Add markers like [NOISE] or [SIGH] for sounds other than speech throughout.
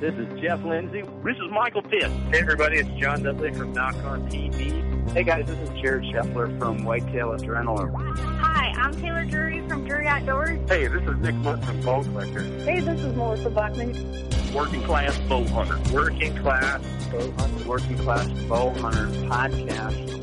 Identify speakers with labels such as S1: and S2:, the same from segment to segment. S1: This is Jeff Lindsay. This is Michael Pitt. Hey, everybody, it's John Dudley from Knock On TV.
S2: Hey, guys, this is Jared Scheffler from Whitetail Adrenaline.
S3: Hi, I'm Taylor Drury from Drury Outdoors.
S1: Hey, this is Nick Mutt from Bow Collector.
S4: Hey, this is Melissa Bachman.
S1: Working Class Bow Hunter. Working Class.
S2: Bow Hunter, Working Class Bow Hunter Podcast.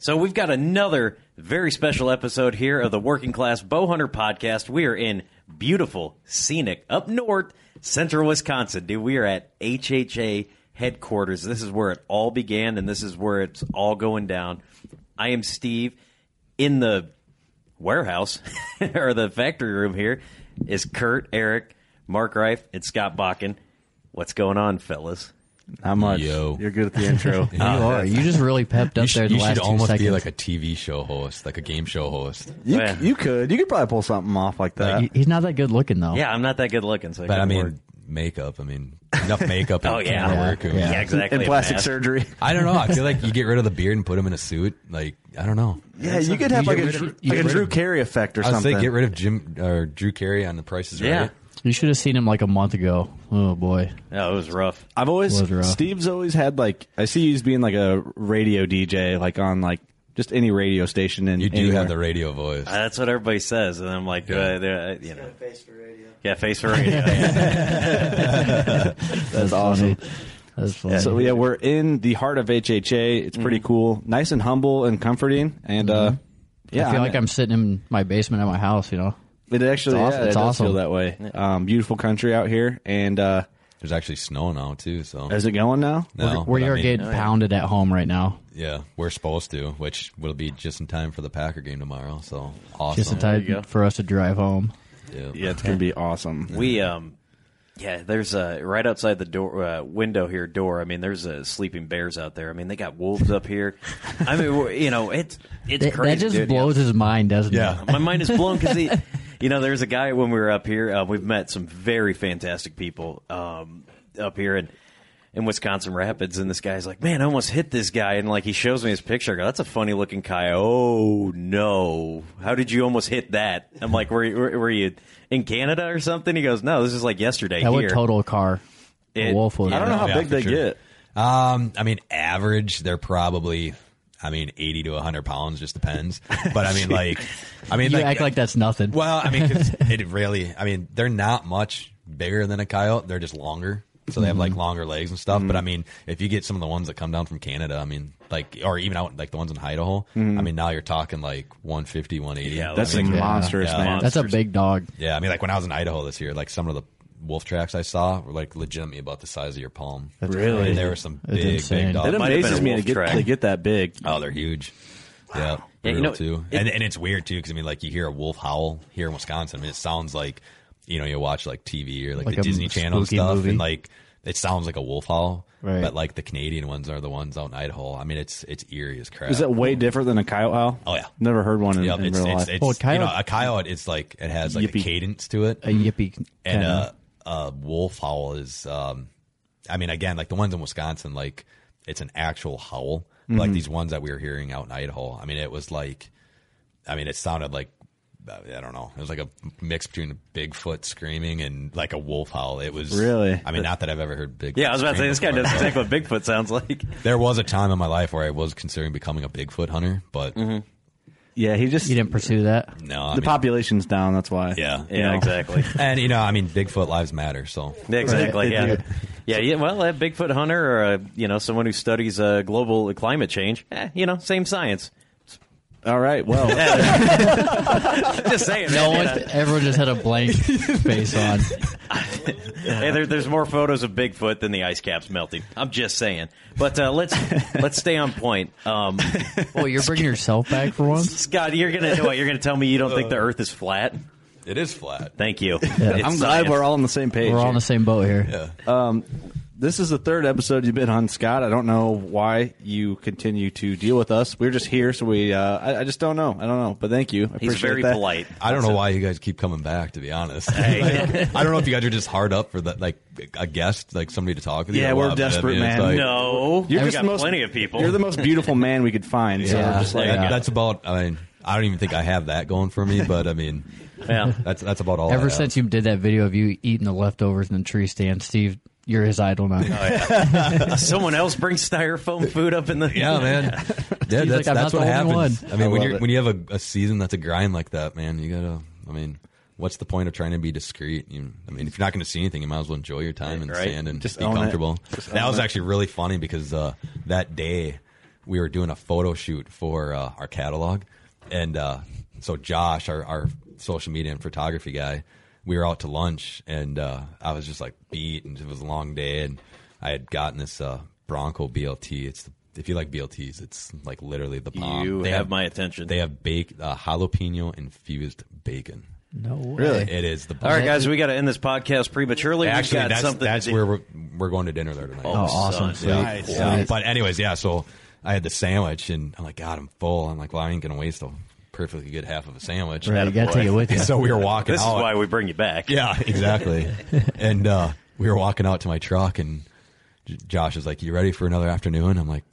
S5: So we've got another very special episode here of the Working Class Bowhunter podcast. We are in beautiful, scenic, up north, central Wisconsin. Dude, we are at HHA headquarters. This is where it all began, and this is where it's all going down. I am Steve in the warehouse [LAUGHS] or the factory room here is Kurt, Eric, Mark Reif, and Scott Bakken. What's going on, fellas?
S6: How much?
S7: Yo.
S6: You're good at the
S8: [LAUGHS]
S6: intro.
S7: You are.
S8: You just really pepped
S7: Oh,
S8: up
S7: You should,
S8: there the
S7: you
S8: last
S7: should
S8: two
S7: almost
S8: seconds.
S7: be like a TV show host, like a game show host.
S6: you,
S5: Yeah.
S6: you could. You could probably pull something off like that.
S8: He- Uh, He's not that good looking though.
S5: Yeah, I'm not that good looking, so
S7: Oh. But I
S5: couldn't
S7: mean,
S5: work.
S7: makeup. I mean, enough
S8: [LAUGHS]
S7: makeup.
S5: Oh,
S7: and
S5: yeah.
S7: camera
S5: Yeah,
S7: work. I mean,
S5: yeah, exactly.
S6: And plastic
S5: Matt.
S6: surgery.
S7: I don't know. I feel like you get rid of the beard and put him in a suit. Like I don't know.
S6: [LAUGHS] Yeah, you could have like
S7: get
S6: a,
S7: rid
S6: Drew-
S7: of- you
S6: like a
S7: get rid
S6: Drew
S7: of-
S6: Carey effect or
S7: I would
S6: something.
S7: say get rid of Jim or Drew Carey on the prices.
S5: Yeah.
S7: Right?
S8: You should have seen him like a month ago. Oh boy.
S5: No, it was rough.
S6: I've always
S8: Was rough.
S6: Steve's always had like I see you as being like a radio DJ, like on like just any radio station. And
S7: You do have the radio voice.
S5: Uh, That's what everybody says, and I'm like, uh, they're, uh, you know,
S2: Face for radio.
S5: yeah, face for radio.
S8: [LAUGHS]
S5: yeah.
S6: that's awesome.
S8: That's funny.
S6: So yeah, we're in the heart of HHA. It's
S8: Mm-hmm.
S6: pretty cool, nice and humble and comforting. And uh, yeah,
S8: I feel like I'm sitting in my basement at my house. You know,
S6: It actually,
S8: It's awesome.
S6: yeah, it does
S8: It's awesome.
S6: feel that way. Um, beautiful country out here, and uh,
S7: There's actually snow now too. So
S6: is it going now?
S7: no,
S8: we
S7: Oh, but I
S8: are
S7: mean,
S8: getting
S9: oh,
S8: pounded at home right now,
S7: Yeah, we're supposed to, which will be just in time for the Packer game tomorrow. So awesome.
S8: just in time for us to drive home.
S7: Yeah.
S6: Yeah, it's gonna be awesome.
S5: We, um, yeah, there's uh, right outside the door uh, window here. Door. I mean, there's uh, sleeping bears out there. I mean, they got wolves up here. I mean, we're- you know, it's it's
S8: That,
S5: crazy.
S8: that just
S5: dude.
S8: blows his mind, doesn't
S7: Yeah.
S8: it?
S5: My mind is blown because he, you know, there's a guy when we were up here. Uh, we've met some very fantastic people um, up here in in Wisconsin Rapids, and this guy's like, "Man, I almost hit this guy," and like he shows me his picture. I go, "That's a funny looking coyote." Oh no! How did you almost hit that? I'm like, "Were you, were, were you in Canada or something?" He goes, "No, this is like yesterday
S8: That
S5: here."
S8: would total a car.
S5: It-
S8: a wolf would.
S6: I don't know how
S7: Yeah,
S6: big
S7: for
S6: they
S7: sure.
S6: get.
S7: Um, I mean, average, they're probably I mean, eighty to hundred pounds just depends. But
S9: [LAUGHS]
S7: I mean, like, I mean,
S8: you act like that's nothing.
S7: Well, I mean,
S8: [LAUGHS]
S7: 'cause it really. I mean, they're not much bigger than a coyote. They're just longer, so they have like
S8: Mhm.
S7: longer legs and stuff. But
S9: Mm-hmm.
S7: I mean, if you get some of the ones that come down from Canada, I mean, like, or even out like the ones in Idaho,
S9: Mm-hmm.
S8: Mhm.
S7: I mean, now you're talking like 150, 180.
S8: Yeah,
S9: That's
S7: I mean,
S9: like monstrous, man.
S8: That's a big dog.
S7: yeah, I mean, like when I was in Idaho this year, like some of the wolf tracks I saw were like legitimately about the size of your palm.
S9: That's Really? crazy.
S7: there were some
S9: That's
S7: big,
S9: insane.
S7: big dogs.
S9: That Might have been amazes a me to wolf get- track. to get that big.
S7: Oh, they're huge. Yeah,
S5: Yeah, you
S7: brutal,
S5: know,
S7: too,
S5: it-
S7: and and it's weird too because I mean, like you hear a wolf howl here in Wisconsin. I mean, it sounds like you know you watch like TV or like,
S8: Like
S7: the
S8: a
S7: Disney Channel and
S8: spooky
S7: stuff,
S8: movie.
S7: and like it sounds like a wolf howl.
S9: Right.
S7: But like the Canadian ones are the ones out in Idaho. I mean, it's it's eerie as crap.
S9: Is it way different than a coyote owl?
S7: Oh yeah,
S9: never heard one in,
S7: Yep,
S9: in
S7: it's,
S9: real life.
S7: it's, it's- you know, a coyote. It's like it has like a
S9: Yippee.
S7: cadence to it,
S8: a yippee,
S7: and uh,
S8: kinda.
S7: a, a wolf howl is. Um, I mean, again, like the ones in Wisconsin, like it's an actual howl. Like
S5: Mm-hmm.
S9: Mhm.
S7: these ones that we were hearing out in Idaho. I mean, it was like, I mean, it sounded like. I don't know. It was like a mix between Bigfoot screaming and like a wolf howl. It was
S9: Really?
S7: I mean, not that I've ever heard Bigfoot.
S5: Yeah, I was about to say
S7: scream
S5: this guy
S7: before,
S5: doesn't
S7: but-
S5: think what Bigfoot sounds like.
S7: There was a time in my life where I was considering becoming a Bigfoot hunter,
S9: [LAUGHS]
S7: but
S5: Mm-hmm.
S9: yeah, he just you
S8: didn't pursue that.
S7: No, I
S9: the
S7: mean-
S9: population's down. That's why.
S7: Yeah,
S9: You know?
S7: and you know, I mean, Bigfoot lives matter. So
S5: Yeah, exactly.
S9: Right, they
S5: Yeah.
S9: do.
S5: yeah, yeah. Well, a Bigfoot hunter or a, you know someone who studies uh, global climate change, eh, you know, same science.
S9: All right. Well, [LAUGHS]
S5: [LAUGHS] just saying.
S8: No
S5: man,
S8: one,
S5: you know.
S8: everyone just had a blank face on.
S5: Hey, there, there's more photos of Bigfoot than the ice caps melting. I'm just saying. But
S9: [LAUGHS]
S5: uh, let's let's stay on point. Um,
S8: Well, you're bringing yourself back for once.
S5: Scott, you're gonna what, you're gonna tell me you don't think the Earth is flat?
S7: It is flat.
S5: Thank you. It's
S9: I'm glad
S5: science.
S9: we're all on the same page.
S8: We're all
S9: here.
S8: on the same boat here.
S9: Um, this is the third episode you've been on, Scott. I don't know why you continue to deal with us. We're just here, so we. Uh, I, I just don't know. I don't know. But thank you. I
S5: He's
S9: appreciate
S5: very
S9: that.
S5: polite.
S7: I don't know why you guys keep coming back. To be honest, [LAUGHS] Like, I don't know if you guys are just hard up for that, like a guest, like somebody to talk with. you
S9: Yeah,
S7: or
S9: we're
S7: what, but I
S9: desperate,
S7: mean, it's
S9: man.
S7: like-
S5: No,
S9: You're
S5: we
S9: just
S5: got
S9: the most-
S5: plenty of people.
S9: You're the most beautiful man we could find.
S5: [LAUGHS]
S9: So
S8: Yeah.
S9: we're just like,
S7: That-
S8: Yeah.
S7: that's about. I mean, I don't even think I have that going
S9: [LAUGHS]
S7: for me, but I mean,
S5: Yeah.
S7: that's that's about all. I
S8: Ever
S7: have.
S8: since you did that video of you eating the leftovers in the tree stand, Steve, you're his idol now.
S5: Someone else brings styrofoam food up in the
S8: [LAUGHS]
S7: yeah, man, yeah, that's,
S8: like, "I'm
S7: that's
S8: not
S7: what
S8: the only
S7: happens.
S8: one."
S7: I mean,
S9: I
S7: when
S9: love
S7: you
S9: it.
S7: when you have a, a season that's a grind like that, man, you gotta. I mean. What's the point of trying to be discreet? You, I mean, if you're not going to see anything, you might as well enjoy your time in the
S5: Right.
S7: sand and
S9: Just
S7: be
S9: own it.
S7: comfortable.
S9: Just
S7: That
S9: own
S7: was
S9: it.
S7: actually really funny because uh, that day we were doing a photo shoot for uh, our catalog, and uh, so Josh, our, our social media and photography guy, we were out to lunch, and uh, I was just like beat, and it was a long day, and I had gotten this uh, Bronco BLT. It's the, if you like BLTs, it's like literally the bomb.
S5: You Um, have my attention.
S7: They have baked uh, jalapeno infused bacon.
S8: No way.
S7: It is the
S5: All right, guys, we got to end this podcast prematurely. We've
S7: Actually,
S5: got
S7: that's,
S5: something.
S7: that's
S5: to do.
S7: where we're, we're going to dinner there tonight.
S8: Oh,
S5: son.
S8: awesome. Sweet.
S7: Yeah.
S8: Nice.
S7: Yeah.
S8: Nice.
S7: But anyways, yeah. So I had the sandwich, and I'm like, God, I'm full. I'm like, well, I ain't gonna waste a perfectly good half of a sandwich.
S8: Right, you gotta take it with you.
S7: And [LAUGHS] so we were walking.
S5: this is
S7: out.
S5: why we bring you back.
S7: Yeah, exactly. and uh, we were walking out to my truck, and J- Josh was like, "You ready for another afternoon?" I'm like,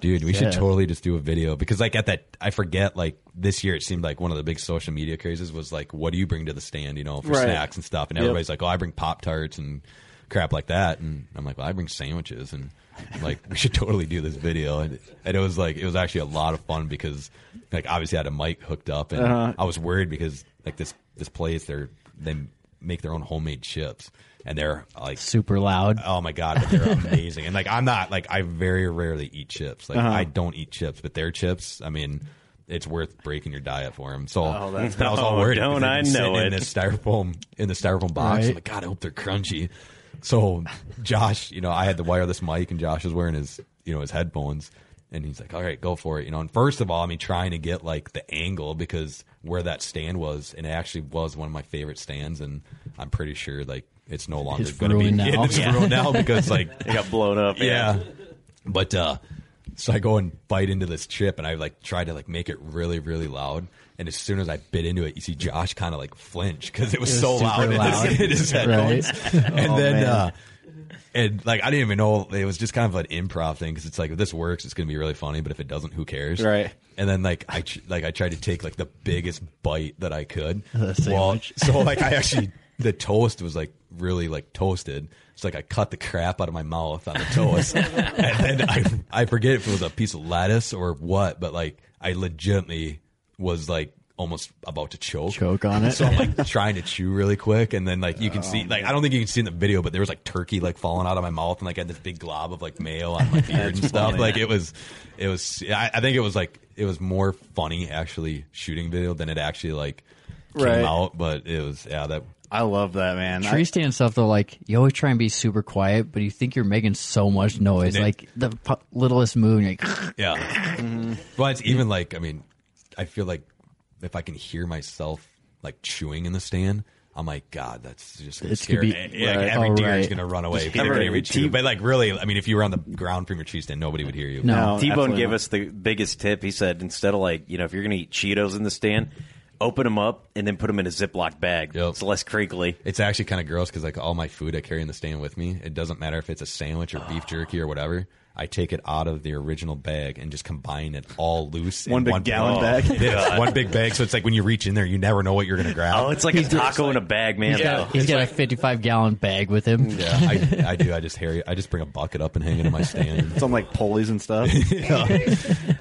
S7: "Dude, we should
S8: Yeah.
S7: totally just do a video because, like, at that, I forget. Like this year, it seemed like one of the big social media crazes was like, "What do you bring to the stand?" You know, for
S9: Right.
S7: snacks and stuff. And
S9: Yep.
S7: everybody's like, "Oh, I bring pop tarts and crap like that." And I'm like, "Well, I bring sandwiches." And I'm like, [LAUGHS] we should totally do this video. And, and it was like, it was actually a lot of fun because, like, obviously I had a mic hooked up, and
S9: Uh-huh.
S7: I was worried because like this this place they're they make their own homemade chips and they're like
S8: Super
S7: [LAUGHS]
S8: loud.
S7: oh my god but they're amazing and like I'm not like I very rarely eat chips like
S9: Uh-huh.
S7: I don't eat chips but their chips I mean it's worth breaking your diet for them so
S9: Oh, that's-
S7: [LAUGHS] but I was all
S5: Oh,
S7: worried
S5: don't
S7: because they've
S5: I
S7: been sitting
S5: know
S7: in
S5: it.
S7: this styrofoam in the styrofoam box I'm
S8: Right.
S7: like god I hope they're crunchy so Josh you know I had to wire this mic and Josh was wearing his you know his headphones and he's like, "All right, go for it." You know, and first of all, I mean, trying to get like the angle because where that stand was, and it actually was one of my favorite stands, and I'm pretty sure like it's no longer
S8: It's
S7: going to be
S8: ruined
S7: [LAUGHS]
S8: now.
S7: it's
S8: Yeah.
S7: ruined now because
S8: [LAUGHS]
S7: like
S5: It got blown up.
S7: yeah. But uh so I go and bite into this chip and I like try to like make it really, really loud. And as soon as I bit into it, you see Josh kind of like flinch because it was,
S8: It was
S7: so
S8: super
S7: loud,
S8: loud.
S7: in his, [LAUGHS] in his
S8: Right.
S7: headphones. [LAUGHS] And
S9: Oh,
S7: then,
S9: man.
S7: uh, and like, I didn't even know it was just kind of an improv thing because it's like, if this works, it's going to be really funny. But if it doesn't, who cares?
S9: Right.
S7: And then like
S9: [LAUGHS]
S7: I tr- like I tried to take like the biggest bite that I could.
S8: The
S7: Well,
S8: sandwich.
S7: so like I actually the toast was like really like toasted. It's like I cut the crap out of my mouth on the
S9: [LAUGHS]
S7: toast, and then I I forget if it was a piece of lettuce or what, but like I legitimately was like almost about to choke
S8: Choke on it.
S7: [LAUGHS] So I'm
S9: [LAUGHS]
S7: like trying to chew really quick, and then like you can see like I don't think you can see in the video, but there was like turkey like falling out of my mouth, and like I had this big glob of like mayo
S9: [LAUGHS]
S7: on my beard and
S9: That's
S7: stuff.
S9: funny.
S7: Like it was, it was. I, I think it was like it was more funny actually shooting video than it actually like came
S9: Right.
S7: out, but it was yeah that
S9: I love that man. I-
S8: Tree stand stuff though, like you always try and be super quiet, but you think you're making so much noise,
S7: They-
S8: like the pu- littlest move. and You're like,
S7: Yeah.
S5: [LAUGHS]
S7: Well, it's even like I mean, I feel like if I can hear myself like chewing in the stand, I'm like, God, that's just gonna
S8: It's
S7: scare.
S8: gonna be-
S7: eh, eh, like,
S8: right.
S7: every
S8: Oh,
S7: deer is
S8: right.
S7: gonna run away.
S5: Just
S7: from
S5: hit
S7: every
S5: it with
S7: chew.
S5: teeth.
S7: But like, really, I mean, if you were on the ground from your cheese stand, nobody would hear you.
S8: No.
S9: No,
S5: T Bone
S9: absolutely
S5: gave
S9: not.
S5: us the biggest tip. He said instead of like you know if you're gonna eat Cheetos in the stand, open them up and then put them in a Ziploc bag.
S7: Yep.
S5: It's less crinkly.
S7: It's actually kind of gross because like all my food I carry in the stand with me, it doesn't matter if it's a sandwich or beef jerky or whatever. I take it out of the original bag and just combine it all loose. in
S9: One big gallon bag.
S7: [LAUGHS] It
S5: [LAUGHS]
S7: is, one big bag. So it's like when you reach in there, you never know what you're gonna grab.
S5: Oh, it's like a taco in a bag, man. Oh. though.
S8: he's got a 55 gallon bag
S7: [LAUGHS]
S8: with him.
S7: Yeah, I, I do. I just harry. I just bring a bucket up and hang it in my stand.
S9: some like pulleys and
S5: [LAUGHS]
S9: stuff.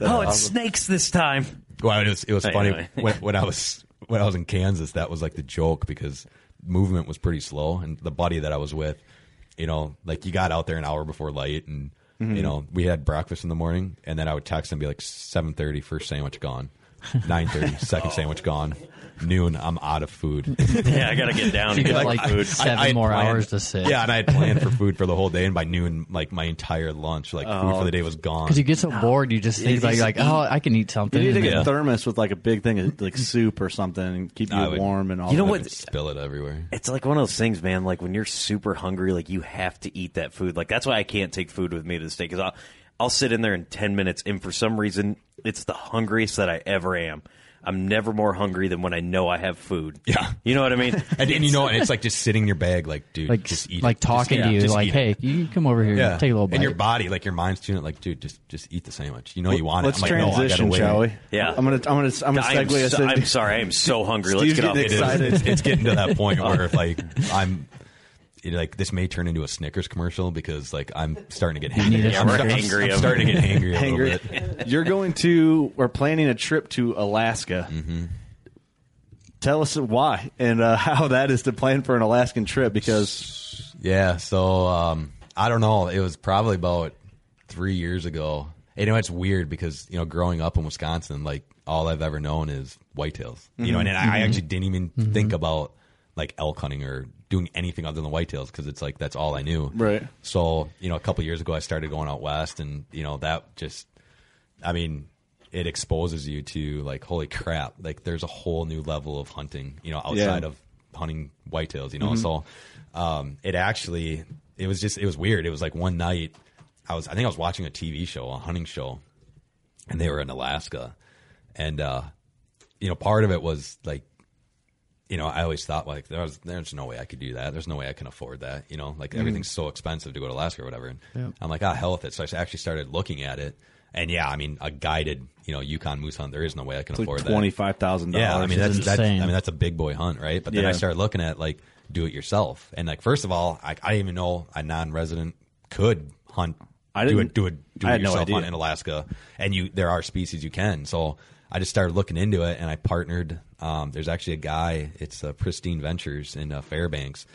S5: Oh, it's snakes this time.
S7: Well, it was it was
S5: Hey,
S7: funny
S5: anyway.
S7: when, when I was when I was in Kansas. That was like the joke because movement was pretty slow, and the buddy that I was with, you know, like you got out there an hour before light, and you know we had breakfast in the morning, and then I would text and be like seven thirty, first sandwich gone. 9.30 second sandwich gone noon i'm out of food [LAUGHS]
S5: Yeah, I gotta get down.
S8: You
S5: and get
S8: got,
S5: my
S8: like,
S5: food.
S8: seven
S7: had
S8: more hours to sit.
S7: yeah and i had planned
S8: [LAUGHS]
S7: for food for the whole day and by noon like my entire lunch like food for the day was gone
S8: Because you get so bored, you just think like, like, oh, I can eat something.
S9: You need to
S8: and
S9: get
S8: then-
S9: a thermos with like a big thing of like soup or something and keep you
S7: I would-
S9: warm and all.
S5: You know
S9: that.
S5: what?
S7: spill it everywhere.
S5: It's like one of those things, man. Like when you're super hungry, like you have to eat that food. Like that's why I can't take food with me to the state because I'll I'll sit in there in ten minutes, and for some reason, it's the hungriest that I ever am. I'm never more hungry than when I know I have food.
S7: Yeah.
S5: you know
S9: [LAUGHS]
S5: what I mean.
S7: And, and you know, and it's like just sitting in your bag, like dude,
S8: like
S7: just eat,
S8: like
S7: it. Just
S8: talking
S7: eat
S8: to
S7: it.
S8: you,
S7: Just
S8: like,
S7: eat it.
S8: hey, you can come over here,
S7: yeah,
S8: and take a little bit.
S7: And your body, like your mind's tuning it, like dude, just just eat the sandwich. You know you want
S9: Let's
S7: it. I'm like, no, I gotta
S9: transition,
S7: wait.
S9: shall we?
S5: Yeah.
S9: I'm gonna I'm gonna I'm gonna
S5: I'm,
S9: segue us
S5: so- I'm
S9: into-
S5: sorry, I am so hungry. Let's
S9: Steve's
S5: get off.
S9: getting
S7: It is.
S9: Excited.
S7: It's, it's getting to that
S9: [LAUGHS]
S7: point where if like I'm. it, like this may turn into a Snickers commercial because like I'm starting to get hangry.
S8: need a
S7: I'm,
S9: [LAUGHS]
S8: Snickers.
S7: start- I'm
S5: Angry of-
S7: starting to get hangry a little bit.
S9: Hangry. [LAUGHS] You're going to or planning a trip to Alaska.
S5: Mm-hmm.
S9: Tell us why and uh, [LAUGHS] how that is to plan for an Alaskan trip because
S7: Yeah, so um, I don't know. It was probably about three years ago. You know, it's weird because you know, growing up in Wisconsin, like all I've ever known is whitetails. You know, and, then I actually didn't even think about like elk hunting or doing anything other than whitetails because it's like that's all I knew.
S9: Right.
S7: So you know, a couple years ago, I started going out west, and you know, that just I mean, it exposes you to like, holy crap, like there's a whole new level of hunting, you know, outside
S9: Yeah.
S7: of hunting whitetails, you know. So um, it actually, it was just, it was weird. It was like one night, I was, I think I was watching a TV show, a hunting show, and they were in Alaska. And, uh, you know, part of it was like, you know, I always thought like there was, there's no way I could do that. There's no way I can afford that. You know,
S9: Mm-hmm.
S7: like everything's so expensive to go to Alaska or whatever. And I'm like, ah, hell with it. So I actually started looking at it. And yeah, I mean, a guided, you know, Yukon moose hunt. There is no way I can
S9: it's
S7: afford
S9: like
S7: that.
S9: twenty five thousand
S7: Yeah,
S9: dollars.
S7: I mean
S8: is
S7: that's that's I
S8: insane.
S7: mean that's a big boy hunt, right? But then
S9: Yeah.
S7: I started looking at like do it yourself, and like first of all, I, I didn't even know a non-resident could hunt.
S9: I
S7: do
S9: didn't-
S7: it. Do it. Do
S9: I
S7: it
S9: had no
S7: yourself
S9: idea.
S7: hunt in Alaska, and you there are species you can. So I just started looking into it, and I partnered. Um, there's actually a guy. It's uh, Pristine Ventures in uh, Fairbanks,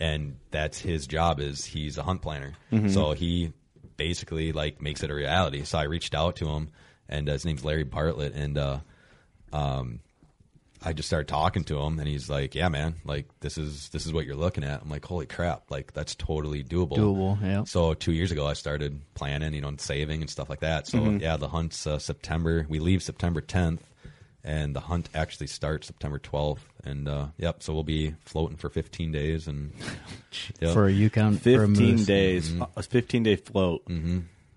S7: and that's his job. Is he's a hunt planner,
S9: Mm-hmm.
S7: so he basically like makes it a reality. So I reached out to him, and uh, his name's Larry Bartlett, and uh, I just started talking to him, and he's like, "Yeah, man, like this is this is what you're looking at." I'm like, "Holy crap! Like that's totally doable."
S8: Doable, yeah.
S7: So two years ago, I started planning, you know, and saving and stuff like that. So
S8: Mm-hmm.
S7: yeah, the hunt's uh, September. We leave September 10th, and the hunt actually starts September 12th. And uh, yep, so we'll be floating for 15 days, and yep.
S8: for a Yukon for a
S9: fifteen
S8: moose.
S9: days, a fifteen day float.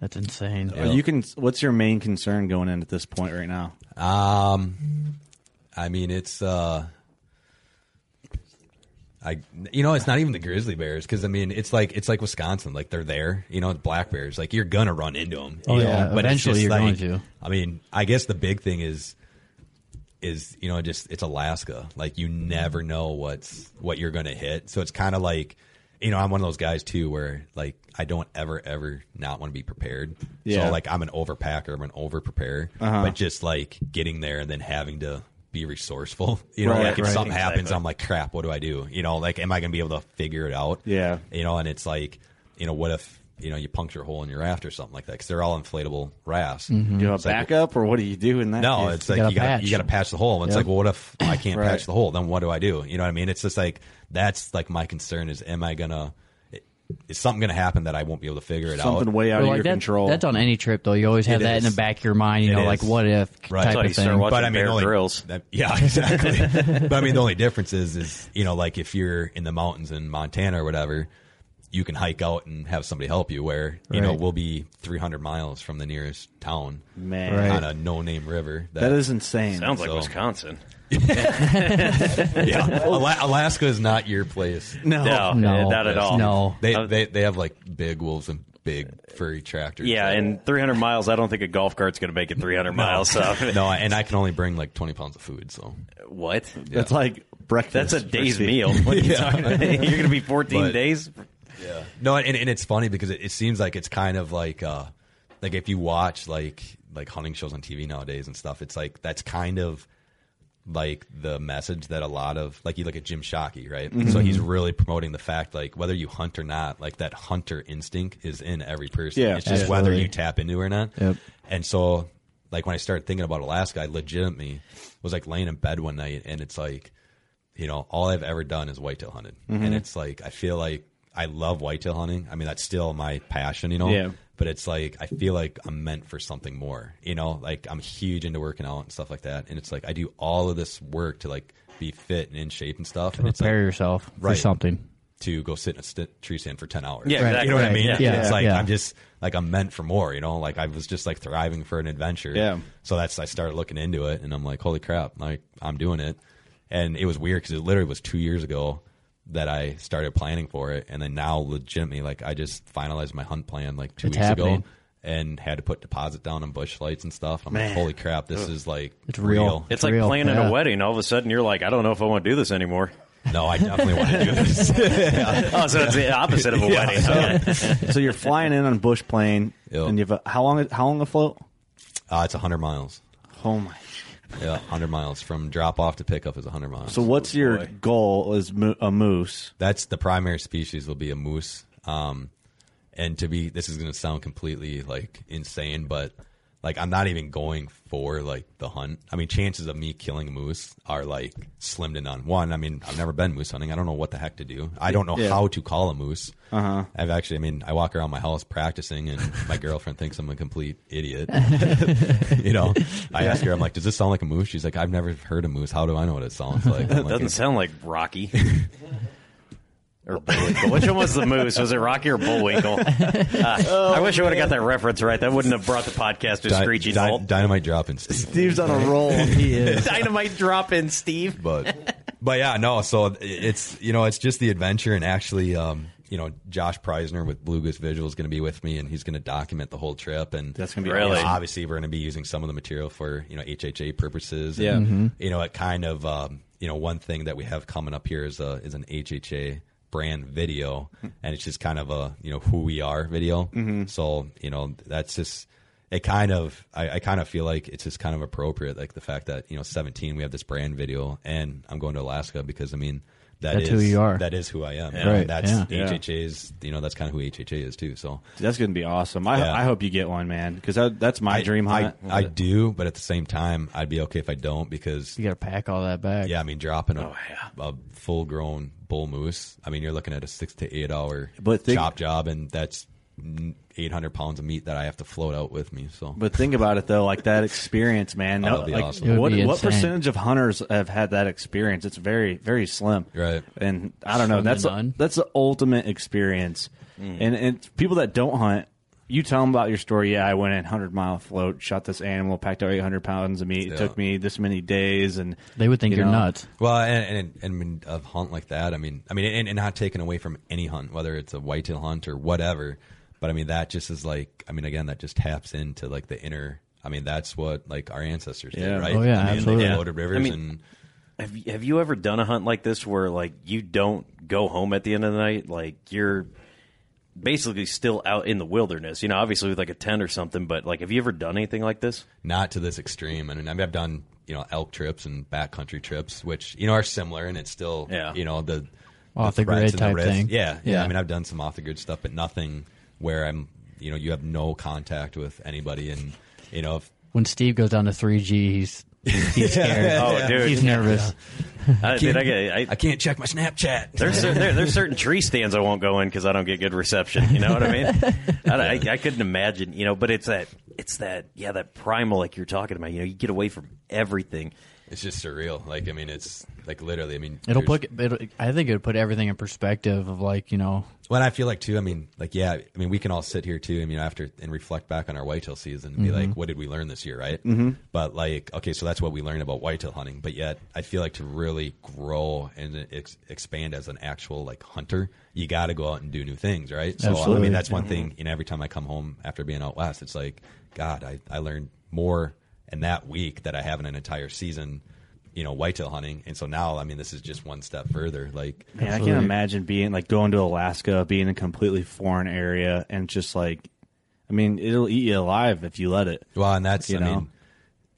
S8: That's insane.
S9: Uh, You can. What's your main concern going in at this point right now?
S7: Um, I mean, it's uh, I you know, it's not even the grizzly bears because I mean, it's like it's like Wisconsin, like they're there. You know, it's black bears, like you're gonna run into them.
S8: Oh, yeah.
S7: but it's
S8: Eventually
S7: just
S8: you're going
S7: like-
S8: to.
S7: I mean, I guess the big thing is is you know just it's Alaska. Like you never know what's what you're gonna hit. So it's kind of like you know I'm one of those guys too where like I don't ever ever not want to be prepared.
S9: Yeah.
S7: So like I'm an overpacker. I'm an overpreparer.
S9: Uh-huh.
S7: But just like getting there and then having to be resourceful. [LAUGHS] You know,
S9: Right,
S7: like if
S9: right.
S7: something happens,
S9: Exactly.
S7: I'm like crap. What do I do? You know, like am I gonna be able to figure it out?
S9: Yeah.
S7: You know, and it's like you know what if. You know, you puncture a hole in your raft or something like that because they're all inflatable rafts.
S5: Mm-hmm.
S9: Do you have a
S7: It's like,
S9: backup, or what do you do in that?
S7: no,
S9: case?
S7: it's like you got you got to patch the hole. And It's
S9: Yeah.
S7: like, well, what if I can't
S9: Right.
S7: patch the hole? Then what do I do? You know what I mean? It's just like that's like my concern is, am I gonna? Is something gonna happen that I won't be able to figure it out?
S8: Well, like that- That's on any trip, though. You always have
S7: It
S8: that in
S7: is.
S8: the back of your mind, you
S7: It
S8: know,
S7: is.
S8: like what if
S7: Right.
S8: type of thing.
S7: But I mean, only, that- yeah, [LAUGHS] exactly. but I mean, the only difference is, is you know, like if you're in the mountains in Montana or whatever, you can hike out and have somebody help you. Where you know
S9: Right.
S7: we'll be 300 miles from the nearest town,
S9: Man.
S7: on
S9: Right.
S7: a no-name river.
S9: That is insane. Sounds like
S5: Wisconsin.
S7: [LAUGHS]
S9: [LAUGHS]
S7: yeah, Ala- Alaska is not your place.
S5: No. No, No. not at all.
S7: [LAUGHS]
S5: No.
S7: Oh, They, they they have like big wolves and big furry tractors.
S5: Yeah, and 300 miles. I don't think a golf cart's going to make it 300 miles. So.
S7: [LAUGHS] no, and I can only bring like 20 pounds of food. So
S5: What?
S7: That's like breakfast
S5: That's a day's
S7: for Steve.
S5: meal. What are you
S7: [LAUGHS] Yeah.
S5: talking about? [LAUGHS] You're going to be 14
S7: But-
S5: days.
S7: Yeah. No, and, and it's funny because it, it seems like it's kind of like uh like if you watch like like hunting shows on TV nowadays and stuff, it's like that's kind of like the message that a lot of like you look at Jim Shockey, right?
S9: Mhm.
S7: So he's really promoting the fact like whether you hunt or not, like that hunter instinct is in every person.
S9: Yeah,
S7: it's just
S9: absolutely.
S7: whether you tap into it or not.
S9: Yep.
S7: And so like when I started thinking about Alaska, I legitimately was like laying in bed one night and it's like you know, all I've ever done is whitetail hunted.
S9: Mhm.
S7: And it's like I feel like I love whitetail hunting. I mean, that's still my passion, you know.
S9: Yeah.
S7: But it's like I feel like I'm meant for something more, you know. Like I'm huge into working out and stuff like that. And it's like I do all of this work to like be fit and in shape and stuff.
S8: To
S7: and it's like,
S8: prepare yourself for something.
S7: To go sit in a st- tree stand for ten hours.
S8: Yeah, Right,
S7: you know what I
S8: right,
S7: mean.
S8: yeah.
S7: And it's
S8: Yeah,
S7: like
S8: yeah.
S7: I'm just like I'm meant for more, you know. Like I was just like thriving for an adventure.
S9: Yeah.
S7: So that's I started looking into it, and I'm like, holy crap, like I'm doing it. And it was weird because it literally was two years ago that I started planning for it, and then now legitimately, like I just finalized my hunt plan like two
S8: It's
S7: weeks ago.
S8: happening.
S7: And had to put deposit down on bush lights and stuff. I'm
S5: Man.
S7: like, holy crap, this
S5: Ugh.
S7: is like
S8: It's real.
S5: It's, like planning
S7: Yeah.
S5: a wedding. All of a sudden, you're like, I don't know if I want to do this
S7: [LAUGHS]
S5: anymore.
S7: No, I definitely want
S8: [LAUGHS]
S7: to do this.
S5: Oh, so it's the opposite of a
S9: Yeah.
S7: [LAUGHS]
S5: wedding. Okay.
S9: So, so you're flying in on a bush plane, and you've how long? How long a float?
S7: Uh, it's 100 miles.
S9: Oh my!
S7: Yeah, 100 miles from drop off to pickup is 100 miles.
S9: So what's your goal? Is mo- a moose?
S7: That's the primary species will be a moose. Um, and to be, this is going to sound completely like insane, but like I'm not even going for like the hunt. I mean, chances of me killing a moose are like slim to none. One, I mean, I've never been moose hunting. I don't know what the heck to do. I don't know
S9: Yeah.
S7: how to call a moose.
S9: Uh-huh.
S7: I've actually, I mean, I walk around my house practicing, and my girlfriend thinks I'm a complete
S9: [LAUGHS]
S7: idiot. you know, I ask her, I'm like, "Does this sound like a moose?" She's like, "I've never heard a moose. How do I know what it sounds like?" I'm
S9: [LAUGHS]
S5: That
S7: like,
S5: doesn't
S7: "It's-
S5: sound like
S7: [LAUGHS]
S5: Rocky. or Bullwinkle. Which one was the moose? Was it Rocky or
S7: [LAUGHS]
S5: Bullwinkle? Uh, I wish I would have got that reference right. That wouldn't have brought the podcast to a
S7: Di-
S5: screeching
S7: di-
S5: halt.
S7: Dynamite dropping. Steve's
S9: on a roll. [LAUGHS] He is.
S5: [LAUGHS] Dynamite drop in, Steve.
S7: But but yeah, no. So it- it's you know it's just the adventure, and actually, um, you know, Josh Preisner with Bluegoose Visual is going to be with me, and he's going to document the whole trip, and that's
S9: gonna be
S7: you know,
S9: awesome.
S7: obviously we're going to be using some of the material for you know HHA purposes. and,
S9: Yeah.
S8: Mm-hmm.
S9: Mhm.
S7: you know, it kind of um, you know one thing that we have coming up here is a is an HHA brand video and it's just kind of a you know who we are video
S8: Mm-hmm.
S9: Mhm.
S7: so you know that's just it kind of I, I kind of feel like it's just kind of appropriate like the fact that you know 17 we have this brand video and i'm going to alaska because i mean that is-
S8: That's who you are.
S7: that is who i am
S8: Yeah.
S7: you know,
S8: Right,
S7: that's
S8: yeah.
S9: Yeah.
S7: hha's you know that's kind of who hha is too so
S9: Dude, that's gonna be awesome. I,
S7: Yeah.
S9: I hope you get one, man, because that, that's my
S7: I-
S9: dream
S7: I,
S9: hunt.
S7: I do but at the same time i'd be okay if i don't because
S8: You got to pack all that back.
S7: yeah i mean dropping a, a full grown bull moose i mean you're looking at a six to eight hour
S9: But think-
S7: chop job and that's 800 pounds of meat that i have to float out with me so
S9: But think about it though, like that experience, man.
S7: Oh,
S9: No,
S7: that'd be
S9: like,
S7: awesome. It would
S9: What
S7: be
S9: what
S7: insane.
S9: percentage of hunters have had that experience? It's very very slim,
S7: right?
S9: And I don't know.
S7: Slim to
S9: That's the,
S7: none.
S9: that's the ultimate experience.
S7: Mm.
S9: And and people that don't hunt, you tell them about your story. Yeah, I went in hundred mile float, shot this animal, packed out eight hundred pounds of meat. It
S7: Yeah.
S9: took me this many days, and you know,
S7: Well, and and, and I mean, a hunt like that. I mean, I mean, and, and not taken away from any hunt, whether it's a whitetail hunt or whatever. But I mean, that just is like, I mean, again, that just taps into like the inner I mean, that's what like our ancestors
S5: Yeah.
S7: did, right?
S8: Oh, yeah,
S7: I mean,
S8: absolutely.
S7: They
S8: Yeah.
S7: floated rivers
S5: I mean,
S7: and
S5: Have you, have you ever done a hunt like this where like you don't go home at the end of the night? Like you're basically still out in the wilderness. You know, obviously with like a tent or something. But like, have you ever done anything like this?
S7: not to this extreme. I mean, I've I've done you know elk trips and backcountry trips, which you know are similar, and it's still
S5: Yeah.
S7: you know the
S8: Off the
S7: threats
S8: grid
S7: and
S8: type
S7: risks.
S8: thing.
S7: Yeah, yeah,
S8: Yeah.
S7: I mean, I've done some off the grid stuff, but nothing where I'm you know you have no contact with anybody, and you know if
S8: When Steve goes down to 3G, he's
S7: [LAUGHS]
S8: he's scared.
S5: Oh, dude.
S8: he's nervous.
S5: I, dude, I, get- I,
S7: I can't check my Snapchat.
S5: there's cer- there, there's certain tree stands I won't go in because I don't get good reception. You know what I
S7: [LAUGHS]
S5: mean? I, don't- I, I couldn't imagine. You know, but it's that it's that yeah that primal like you're talking about. You know, you get away from everything.
S7: [LAUGHS] It's just surreal. Like I mean, it's like literally. I mean,
S8: It'll
S7: there's-
S8: put. It'll, I think it'll put everything in perspective of like you know.
S7: Well, and I feel like too. I mean, like yeah. I mean, we can all sit here too. I mean, after and reflect back on our whitetail season and be like, what did we learn this year, right? Mm-hmm. But like, okay, so that's what we learned about whitetail hunting. But yet, I feel like to really grow and ex- expand as an actual like hunter, you got to go out and do new things, right? So I
S8: Absolutely.
S7: mean, that's one thing. You know, every time I come home after being out west, it's like, God, I I learned more in that week that I have in an entire season. You know, whitetail hunting, and so now, I mean, this is just one step further. Like,
S9: Man, I can't imagine being like going to Alaska, being in a completely foreign area, and just like, I mean, it'll eat you alive if you let it.
S7: Well, and that's
S9: You
S7: I
S9: know?
S7: mean,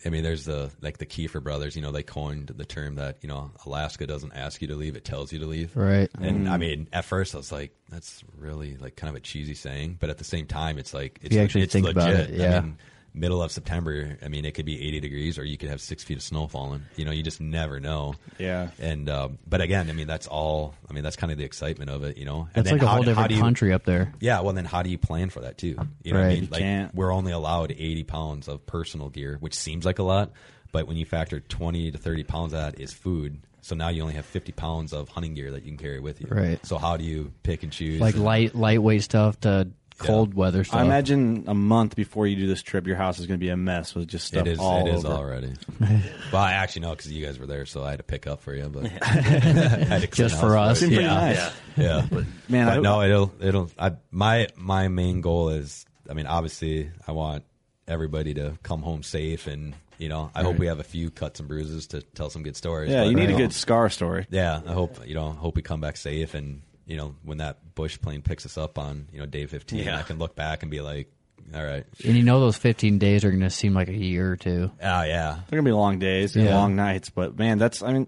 S7: I mean, there's the like the Kiefer brothers. You know, they coined the term that you know Alaska doesn't ask you to leave; it tells you to leave.
S8: Right.
S7: And I mean, at first I was like, "That's really like kind of a cheesy saying," but at the same time, it's like it's,
S8: You actually
S7: it's
S8: think
S7: legit.
S8: about it, yeah.
S7: I mean, middle of September, I mean, it could be 80 degrees, or you could have six feet of snow falling. You know, you just never know.
S9: Yeah.
S7: And um, but again, I mean, that's all. I mean, that's kind of the excitement of it. You know, and
S8: That's like a
S7: how
S8: whole
S7: do- how
S8: different
S7: do you-
S8: country up there.
S7: yeah, well, then how do you plan for that too? You know what
S8: Right.
S7: I mean?
S8: You
S7: Like,
S9: can't.
S7: we're only allowed 80 pounds of personal gear, which seems like a lot, but when you factor 20 to 30 pounds of that is food, so now you only have 50 pounds of hunting gear that you can carry with you.
S8: Right.
S7: So how do you pick and choose?
S8: Like light, lightweight stuff to cold weather
S7: Uh-huh.
S8: stuff.
S9: I imagine a month before you do this trip, your house is going to be a mess with just stuff
S7: it is.
S9: all
S7: it is
S9: over.
S8: [LAUGHS]
S7: already. well, I actually know because you guys were there, so I had to pick up for you,
S8: [LAUGHS]
S7: but [LAUGHS] I had to clean
S8: Just for
S7: house
S8: us.
S9: Pretty
S7: Yeah.
S9: nice.
S7: yeah.
S9: Man,
S7: [LAUGHS] but
S9: I-
S7: no, it'll it'll. I my my main goal is, I mean, obviously, I want everybody to come home safe, and you know, I hope we have a few cuts and bruises to tell some good stories.
S9: Yeah,
S7: but-
S9: you need a good scar story.
S7: Yeah, I hope you know. Hope we come back safe, and you know, when that bush plane picks us up on you know day fifteen,
S5: Yeah.
S7: I can look back and be like, all right,
S8: and you know those 15 days are going to seem like a year or two.
S7: oh yeah,
S9: They're going to be long days and
S8: Yeah.
S9: long nights, but man, that's, I mean,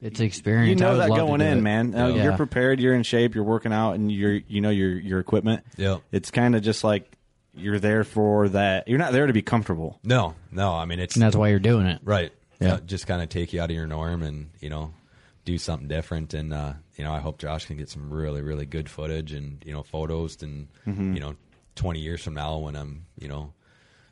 S8: It's an experience.
S9: you
S8: I
S9: know
S8: would
S9: that
S8: love to
S9: going
S8: do
S9: in,
S8: it.
S9: man. Uh,
S8: Yeah.
S9: You're prepared. You're in shape. You're working out, and you're you know your your equipment.
S7: Yeah.
S9: It's kind of just like you're there for that. You're not there to be comfortable.
S7: no, no. I mean, it's
S8: And that's why you're doing it.
S7: Right.
S8: Yeah.
S7: Uh, just kind of take you out of your norm and, you know, do something different. And, uh, you know, I hope Josh can get some really, really good footage and, you know, photos. And,
S8: Mm-hmm.
S7: you know, 20 years from now when I'm, you know,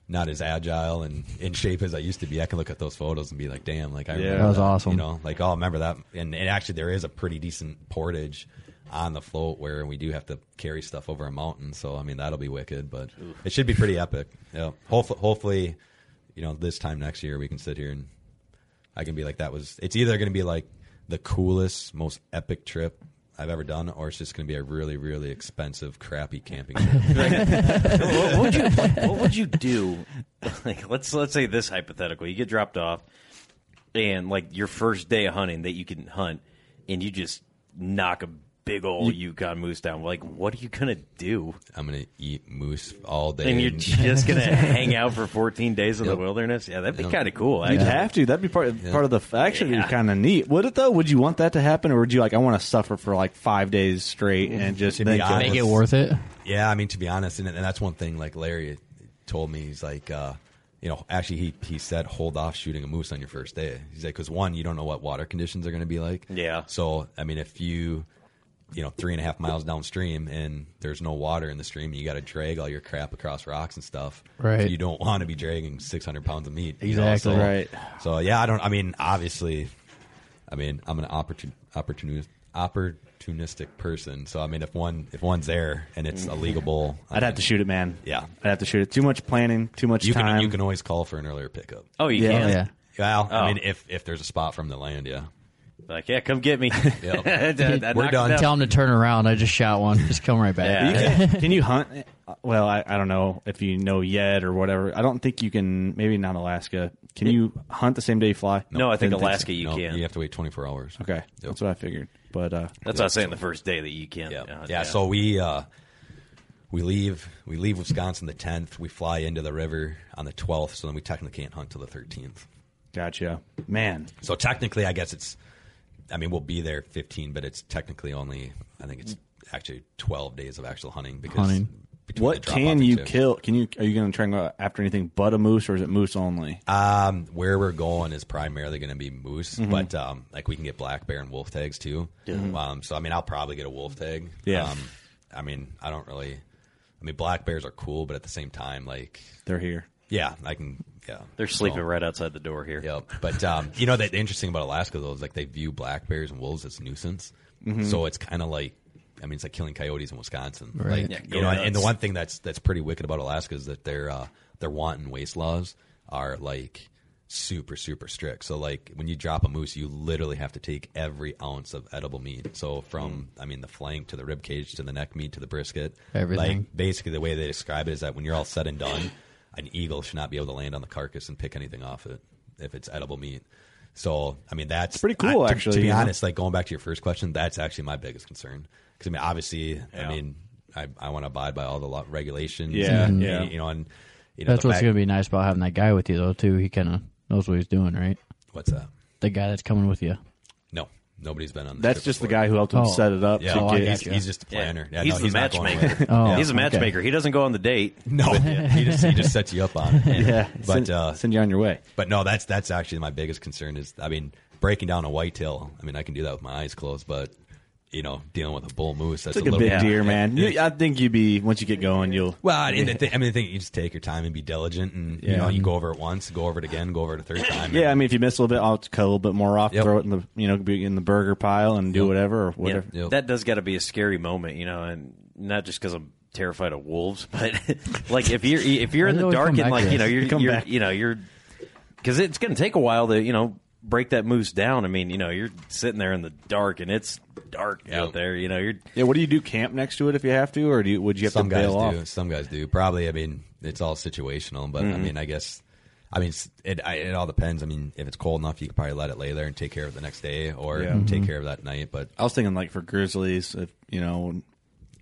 S7: not as agile and in shape as I used to be, I can look at those photos and be like, damn, like I
S9: Yeah.
S7: remember
S9: That
S8: was awesome.
S7: You know, like, oh, I remember that. And, and actually, there is a pretty decent portage on the float where we do have to carry stuff over a mountain. So, I mean, that'll be wicked, but it should be pretty epic. Yeah. Hopefully, hopefully, you know, this time next year we can sit here and I can be like, that was. It's either going to be like the coolest, most epic trip I've ever done, or it's just going to be a really, really expensive, crappy
S5: [LAUGHS]
S7: camping trip.
S5: what, what
S9: [LAUGHS]
S5: would you like, what would you do? [LAUGHS] Like let's let's say this hypothetical. You get dropped off and like your first day of hunting that you can hunt and you just knock a big old Yukon moose down. Like what are you gonna do?
S7: I'm going to eat moose all
S9: [LAUGHS]
S7: day.
S5: And you're just gonna hang out for fourteen days in
S7: Yep.
S5: the wilderness? Yeah, that'd be
S7: Yep.
S5: kinda cool.
S9: You'd
S5: actually.
S9: have to. That'd be part of, part of the. Actually,
S5: Yeah.
S9: be kind of neat. Would it though? Would you want that to happen, or would you like? I want to suffer for like five days straight and just
S7: To be
S9: then kill
S8: [LAUGHS]
S7: honest,
S8: Make it worth it.
S7: Yeah, I mean, to be honest, and, and that's one thing. Like Larry told me, he's like, uh, you know, actually, he he said, hold off shooting a moose on your first day. He's like, because one, you don't know what water conditions are going to be like.
S5: Yeah.
S7: So I mean, if you, you know, three and a half miles downstream and there's no water in the stream, and you got to drag all your crap across rocks and stuff.
S8: Right.
S7: you don't want to be dragging 600 pounds of meat. you know,
S8: Exactly.
S7: so-
S9: Right.
S7: So yeah, I don't. I mean, obviously, I mean, I'm an opportun, opportunist, opportunistic person. So I mean, if one if one's there and it's illegal,
S9: I'd have to shoot it, man.
S7: Yeah.
S9: I'd have to shoot it. Too much planning. Too much
S7: You
S9: time.
S7: can you can always call for an earlier pickup.
S5: Oh you
S9: Yeah.
S5: can
S8: Yeah.
S7: Well,
S5: Oh.
S7: I mean, if if there's a spot from the land, yeah.
S5: Like, yeah,
S9: [LAUGHS]
S5: come get me. I- I knocked it
S8: Tell
S5: out.
S8: him to turn around. I just shot one. Just come right back.
S9: You can, can you hunt? Well, I, I don't know if you know yet or whatever. I don't think you can. Maybe not Alaska. Can you hunt the same day you fly?
S5: No, I think
S9: Didn't so.
S5: Alaska you
S7: No,
S5: can.
S7: You have to wait 24 hours.
S9: Okay, that's what I figured. But uh,
S5: That's what I was saying the first day that you can.
S7: Yeah.
S5: uh,
S7: yeah. So we uh, we leave we leave Wisconsin the 10th. We fly into the river on the 12th. So then we technically can't hunt till the 13th.
S9: gotcha, man.
S7: So technically, I guess it's. I mean, we'll be there 15, but it's technically only. I think it's actually 12 days of actual hunting because.
S8: Hunting.
S7: between the
S9: What
S7: drop-off
S9: can
S7: and
S9: you
S7: tip.
S9: kill? Can you? Are you going to try and go after anything but a moose, or is it moose only?
S7: Um, where we're going is primarily going to be moose,
S9: Mm-hmm.
S7: but um, like we can get black bear and wolf tags too. Um, so I mean, I'll probably get a wolf tag.
S9: Yeah.
S7: Um, I mean, I don't really. I mean, black bears are cool, but at the same time, like,
S9: They're here.
S7: yeah, I can. Yeah,
S5: They're sleeping
S7: So,
S5: right outside the door here.
S7: Yep. But um, you know, the, the interesting about Alaska though is like they view black bears and wolves as nuisance. So it's kind of like, I mean, it's like killing coyotes in Wisconsin,
S8: Right.
S7: Like,
S8: Yeah,
S5: go
S7: you know, and the
S5: nuts.
S7: one thing that's that's pretty wicked about Alaska is that their uh, their wanton waste laws are like super super strict. So like when you drop a moose, you literally have to take every ounce of edible meat. So from I mean the flank to the rib cage to the neck meat to the brisket,
S8: Everything.
S7: Like basically the way they describe it is that when you're all said and done, an eagle should not be able to land on the carcass and pick anything off it if it's edible meat. So I mean that's
S9: pretty cool,
S7: I- to-
S9: actually,
S7: To be
S9: you know?
S7: honest, like going back to your first question, that's actually my biggest concern because I mean obviously I mean. I, I want to abide by all the law, regulations.
S9: Yeah,
S7: and,
S9: yeah.
S7: You know, and you know
S8: That's
S7: the
S8: what's
S7: fact-
S8: going to be nice about having that guy with you, though, too. He kind of knows what he's doing, right?
S7: What's that?
S8: The guy that's coming with you.
S7: No, nobody's been on. This
S9: That's
S7: trip
S9: just the
S7: before.
S9: guy who helped him
S8: Oh.
S9: set it up.
S7: Yeah,
S9: to
S8: Oh, I
S9: get-
S7: he's,
S8: gotcha.
S7: he's just a
S5: Yeah.
S7: planner. Yeah,
S5: he's
S7: no,
S5: the
S7: he's not going
S8: [LAUGHS]
S9: [LAUGHS]
S7: with
S5: matchmaker.
S7: it.
S8: Oh,
S5: he's a
S8: okay.
S5: matchmaker. He doesn't go on the date.
S7: No, he just he just sets you up on it.
S9: yeah,
S7: but
S9: send,
S7: uh,
S9: send you on your way.
S7: But no, that's that's actually my biggest concern is I mean breaking down a whitetail. I mean I can do that with my eyes closed, but you know dealing with a bull moose that's
S9: It's like a,
S7: a little
S9: big
S7: bit-
S9: deer, man.
S7: Yeah.
S9: You, I think you'd be once you get going, you'll.
S7: Well, I, mean, the thing, I mean, I think you just take your time and be diligent, and
S9: Yeah.
S7: you
S9: Mm-hmm.
S7: know you go over it once, go over it again, go over it a third time.
S9: Yeah, I
S7: and-
S9: mean, if you miss a little bit, I'll cut a little bit more off,
S7: Yep.
S9: throw it in the you know be in the burger pile, and do
S7: Yep.
S9: whatever or whatever.
S5: Yeah,
S7: Yep.
S5: that does got to be a scary moment, you know, and not just because I'm terrified of wolves, [LAUGHS] but like if you're if you're in
S8: Why do
S5: the
S8: they
S5: dark
S8: always
S5: and
S8: come back
S5: like
S8: to
S5: you
S8: this?
S5: know you're,
S9: They come
S5: you're
S9: back.
S5: you know you're because it's going to take a while to you know break that moose down. I mean, you know, you're sitting there in the dark and it's dark out there. You know, you're
S9: Yeah, what do you do? Camp next to it if you have to, or do you, would you have
S7: some
S9: to bail
S7: guys
S9: off? Mm-hmm.
S7: do. Some guys do. Probably. I mean, it's all situational, but I mean, I guess. I mean, it's- it I, it all depends. I mean, if it's cold enough, you can probably let it lay there and take care of it the next day, or
S9: Yeah. Mm-hmm.
S7: take care of that night. But
S9: I was thinking like for grizzlies, if you know,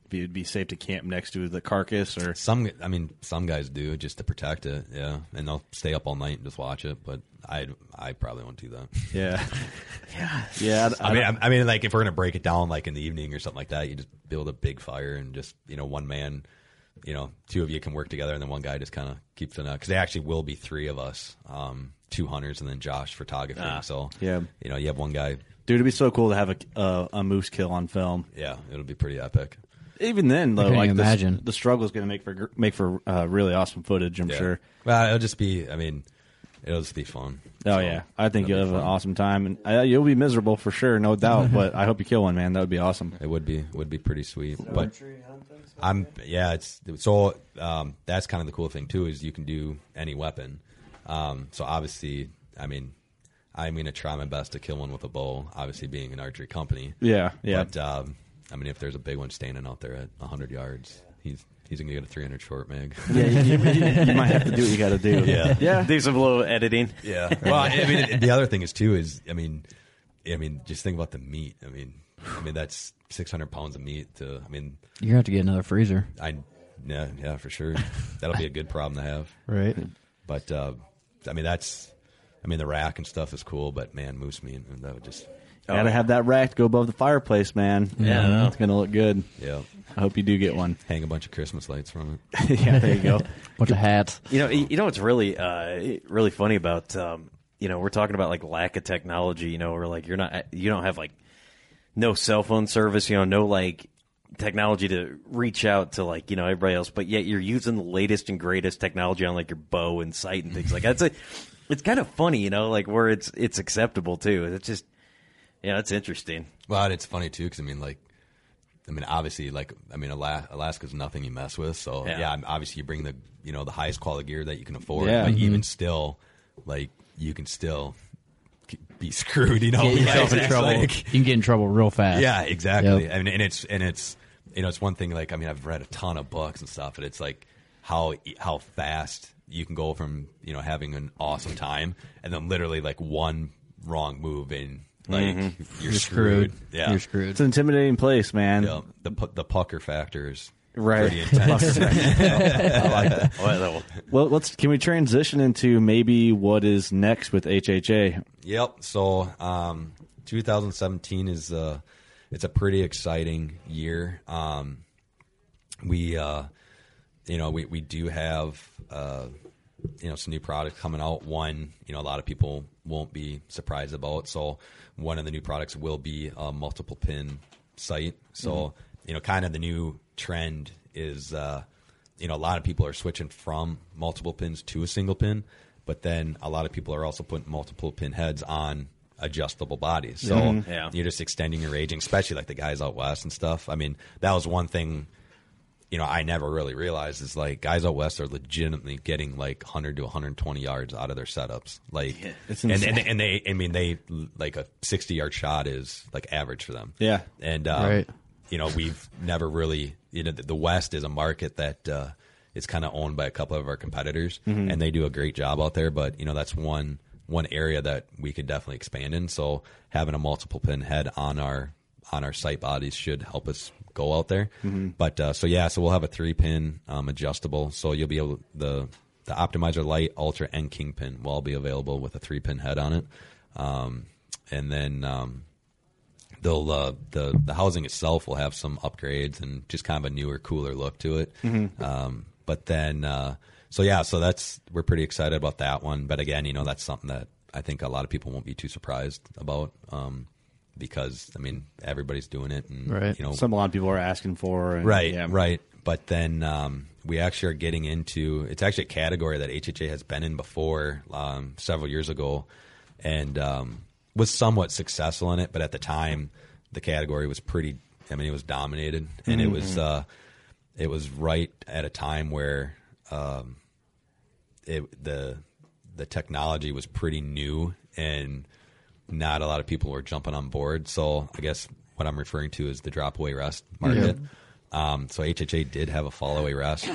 S9: if it'd be safe to camp next to the carcass, or
S7: some, I mean, some guys do just to protect it, yeah, and they'll stay up all night and just watch it. But I, I probably won't do that.
S9: yeah,
S5: [LAUGHS]
S9: yeah, yeah.
S7: I mean, I, I mean, like if we're gonna break it down, like in the evening or something like that, you just build a big fire and just you know one man, you know, two of you can work together, and then one guy just kind of keeps an eye because they actually will be three of us, um, two hunters, and then Josh photography. so
S9: Ah. Yeah.
S7: you know, you have one guy.
S9: dude, it'd be so cool to have a uh, a moose kill on film.
S7: Yeah, it'll be pretty epic.
S9: Even then, though,
S8: can
S9: like the,
S8: imagine.
S9: the struggle's going to make for gr- make for uh, really awesome footage. I'm
S7: Yeah.
S9: sure.
S7: Well, it'll just be. I mean, it'll just be fun.
S9: Oh
S7: So,
S9: yeah, I think you'll
S7: that'll
S9: have
S7: be
S9: an
S7: fun.
S9: awesome time, and uh, you'll be miserable for sure, no
S8: [LAUGHS]
S9: doubt. but I hope you kill one, man. That would be awesome.
S7: It would be would be pretty sweet. but I'm yeah, it's so um, that's kind of the cool thing too is you can do any weapon. Um, so obviously, I mean, I'm gonna try my best to kill one with a bow. Obviously, being an archery company,
S9: Yeah, yeah.
S7: But um, I mean, if there's a big one standing out there at 100 yards, he's he's gonna get a 300 short mag.
S9: yeah, you, you- you might have to do what you got to do.
S7: [LAUGHS] Yeah.
S9: yeah.
S5: do some little editing.
S7: Yeah. [LAUGHS] Well, I mean, it- the other thing is too is I mean, I mean, just think about the meat. I mean, I mean that's 600 pounds of meat. To I mean.
S8: You're going to have to get another freezer.
S7: I yeah, yeah, for sure. That'll be a good problem to have.
S8: Right.
S7: But uh, I mean, that's I mean, the rack and stuff is cool, but man, moose meat and that would just
S9: Oh. Gotta have that rack go above the fireplace, man.
S5: Yeah, I know.
S9: it's gonna look good.
S7: yeah,
S9: I hope you do get
S7: [LAUGHS]
S9: one.
S7: hang a bunch of Christmas lights from it.
S9: yeah, there you go.
S8: [LAUGHS] Bunch of hats.
S5: You know, you know what's really, uh, really funny about, um, you know, we're talking about like lack of technology. You know, we're like you're not, you don't have like no cell phone service. You know, no like technology to reach out to like you know everybody else. But yet you're using the latest and greatest technology on like your bow and sight and things like that. It's like, it's kind of funny, you know, like where it's it's acceptable too. It's just, yeah, it's interesting.
S7: Well, and it's funny too because I mean, like, I mean, obviously, like, I mean, Ala- Alaska's nothing you mess with. So
S5: Yeah.
S7: yeah, I'm obviously, you bring the you know the
S8: Mm-hmm.
S7: highest quality gear that you can afford.
S9: Yeah.
S7: But even still, like, you can still k- be screwed. You know,
S8: Get yourself in
S7: It's
S8: trouble.
S7: Oh, like-
S8: you can get in trouble real fast.
S7: yeah, exactly.
S8: Yep.
S7: I mean, and it's and it's you know it's one thing like I mean I've read a ton of books and stuff, and it's like how how fast you can go from you know having an awesome time and then literally like one wrong move and like
S9: Mhm. You're
S7: you're, screwed.
S9: screwed.
S7: Yeah,
S8: You're Mm-hmm. screwed.
S9: It's an intimidating place, man.
S7: Yeah. The pu- the pucker factor is
S9: Right.
S7: pretty intense.
S9: I like that.
S5: Well,
S9: Well, let's can we transition into maybe what is next with HHA?
S7: Yep. So, um, 2017 is uh, it's a pretty exciting year. Um, we, uh, you know, we we do have uh, you know some new products coming out. One, you know, a lot of people won't be surprised about. So, one of the new products will be a multiple pin sight. So,
S9: Mhm.
S7: you know, kind of the new trend is, uh, you know, a lot of people are switching from multiple pins to a single pin, but then a lot of people are also putting multiple pin heads on adjustable bodies. So
S5: Mhm. Yeah.
S7: you're just extending your aging, especially like the guys out west and stuff. I mean, that was one thing, you know, I never really realized is like guys out west are legitimately getting like 100 to 120 yards out of their setups. Like,
S9: It's
S7: and,
S9: insane.
S7: and, and they, I mean, they like a 60 yard shot is like average for them.
S9: Yeah.
S7: And, um,
S8: Right.
S7: you know, we've never really, you know, the the West is a market that uh, is kind of owned by a couple of our competitors,
S9: Mhm.
S7: and they do a great job out there. But you know, that's one one area that we could definitely expand in. So having a multiple pin head on our on our sight bodies should help us go out there.
S9: Mhm.
S7: But uh, so yeah, so we'll have a three pin um, adjustable, so you'll be able the the Optimizer Light, Ultra, and King pin will all be available with a three pin head on it. Um, and then um, they'll uh, the the housing itself will have some upgrades and just kind of a newer, cooler look to it.
S9: Mhm.
S7: Um, but then, uh, so yeah, so that's we're pretty excited about that one. But again, you know, that's something that I think a lot of people won't be too surprised about um, because I mean everybody's doing it, and
S8: Right.
S7: you know,
S9: Some a lot of people are asking for. And,
S7: right,
S9: Yeah.
S7: right. But then um, we actually are getting into it's actually a category that HHA has been in before um, several years ago, and um, was somewhat successful in it. But at the time, the category was pretty. I mean, it was dominated, and it was
S9: Mhm.
S7: uh, it was right at a time where um, it the the technology was pretty new and not a lot of people were jumping on board. So I guess what I'm referring to is the drop away rest market. Um, so HHA did have a fall away rest,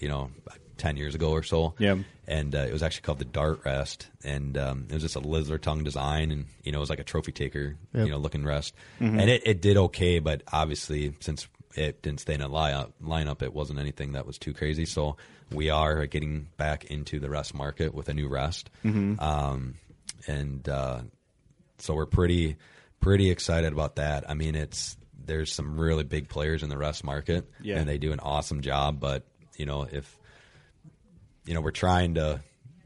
S7: you know, about ten years ago or so.
S9: Yeah.
S7: and uh, it was actually called the Dart Rest, and um, it was just a lizard tongue design, and you know, it was like a trophy taker,
S8: Yep.
S7: you know, looking rest,
S9: Mhm.
S7: and it, it did okay, but obviously since it didn't stay in a lineup, lineup, it wasn't anything that was too crazy. So we are getting back into the rest market with a new rest
S9: Mhm.
S7: um, and uh, so we're pretty pretty excited about that. I mean, it's there's some really big players in the rest market,
S9: Yeah.
S7: and they do an awesome job. But you know, if you know, we're trying to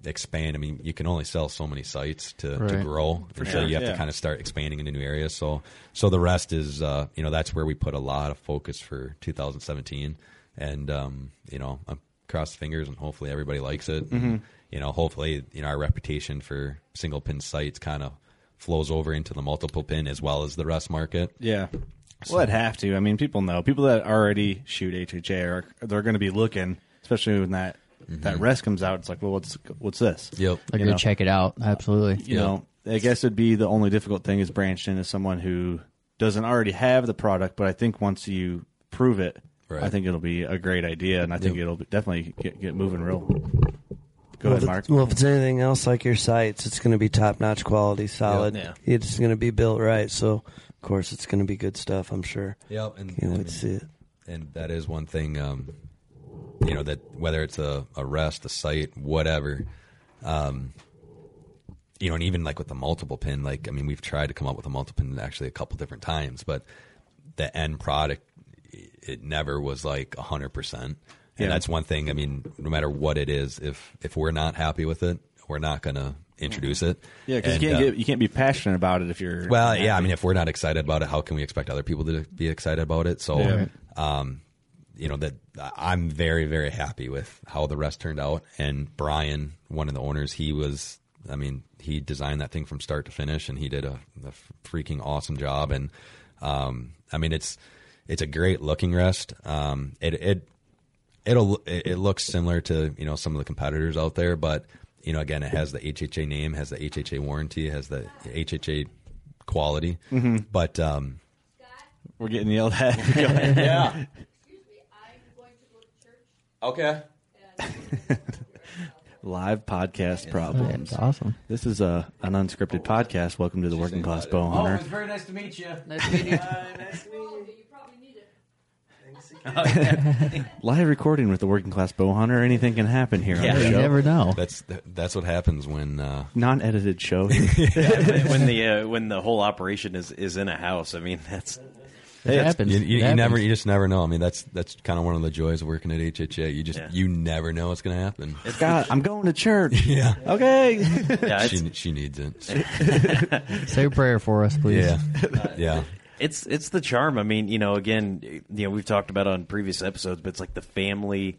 S7: expand. I mean, you can only sell so many sites to, to
S8: Right.
S7: grow,
S9: For
S7: and
S9: sure,
S7: so you have
S9: yeah.
S7: to kind of start expanding into new areas. So, so the rest is, uh, you know, that's where we put a lot of focus for 2017, and um, you know, I cross fingers and hopefully everybody likes it. And,
S9: Mhm.
S7: you know, hopefully, you know, our reputation for single pin sites kind of flows over into the multiple pin as well as the rest market.
S9: Yeah. Well, I'd have to. I mean, people know. People that already shoot HHA are they're going to be looking, especially when that that rest comes out. It's like, well, what's what's this?
S7: Yep.
S8: They're
S9: You
S8: gonna
S9: know.
S8: check it out. Absolutely.
S9: You know, I guess it'd be the only difficult thing is branched into someone who doesn't already have the product, but I think once you prove it,
S7: Right.
S9: I think it'll be a great idea, and I think
S7: Yep.
S9: it'll be, definitely get, get moving real. Go
S1: well,
S9: ahead,
S1: if
S9: Mark.
S1: it's- well, if it's anything else like your sites, it's going to be top notch quality, solid.
S5: Yeah.
S1: It's going to be built right. So, of course, it's going to be good stuff, I'm sure.
S7: Yep. And,
S1: Can't wait to see it.
S7: and that is one thing um, you know that whether it's a, a rest a site whatever um, you know and even like with the multiple pin like i mean we've tried to come up with a multiple pin actually a couple different times but the end product it never was like 100% and
S9: Yeah.
S7: that's one thing i mean no matter what it is if if we're not happy with it we're not going to introduce it
S9: Yeah, because
S7: And,
S9: you can't
S7: uh,
S9: get you can't be passionate about it if you're
S7: well,
S9: not
S7: yeah. I
S9: happy.
S7: mean, if we're not excited about it, how can we expect other people to be excited about it? So,
S9: Yeah.
S7: um, you know that I'm very, very happy with how the rest turned out. And Brian, one of the owners, he was. I mean, he designed that thing from start to finish, and he did a, a freaking awesome job. And um, I mean, it's it's a great looking rest. Um, it it it'll it it looks similar to you know some of the competitors out there, but you know, again, it has the HHA name, has the HHA warranty, has the HHA quality.
S5: Mm-hmm.
S9: Mhm.
S7: But um,
S9: We're getting yelled
S5: [LAUGHS]
S9: at.
S7: yeah. Okay.
S9: Live podcast problems.
S8: That's awesome.
S9: This is a an unscripted podcast. Welcome to the Working Class Bow
S10: Oh, it
S9: Hunter.
S10: was very nice to meet you.
S8: Nice to meet you.
S10: Uh, nice to meet you.
S9: Live recording with the Working Class Bow Hunter. Anything can happen here.
S8: Yeah.
S9: on the
S8: You
S9: show.
S8: never know.
S7: That's that's what happens when uh,
S9: non-edited show.
S5: Yeah, when- when the uh, when the whole operation is is in a house. I mean,
S9: [LAUGHS]
S5: that's
S7: Hey, it's- You, you- you never, you just never know. I mean, that's that's kind of one of the joys of working at HHA. You just you never know what's going to happen.
S9: Scott, I'm going to church.
S7: Yeah.
S9: Okay.
S7: she, she needs it.
S8: Say a prayer for us, please.
S7: e- Yeah. yeah.
S5: It's it's the charm. I mean, you know, again, you know, we've talked about it on previous episodes, but it's like the family.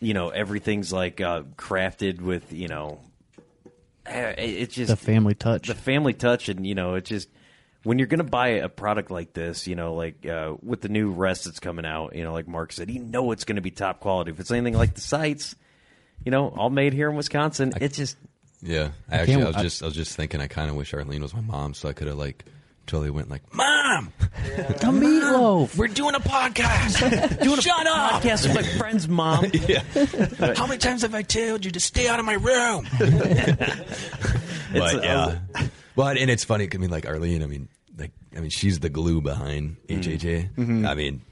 S5: You know, everything's like uh, crafted with you know, eh, it- it's just
S8: The family touch.
S5: The family touch, and you know, it's just when you're gonna buy a product like this, you know, like uh, with the new rest that's coming out, you know, like Mark said, you know, it's gonna be top quality. If it's anything like the sites, you know, all made here in Wisconsin, it's just
S7: Yeah.
S5: I can't-
S7: Actually, I was
S5: I-
S7: just I was just thinking. I kind of wish Arlene was my mom, so I could have like totally went like, Mom, the meatloaf. We're doing a
S5: [LAUGHS]
S7: podcast.
S5: Doing
S10: a
S7: Shut up.
S10: podcast with my
S5: friend's mom.
S7: yeah.
S10: How many times have I told you to stay out of my
S7: [LAUGHS]
S10: room?
S7: but
S10: It's,
S7: yeah, but and it's funny. I mean, like Arlene. I mean, like I mean, she's the glue behind
S9: Mm.
S7: HHA.
S9: Mhm.
S7: I mean,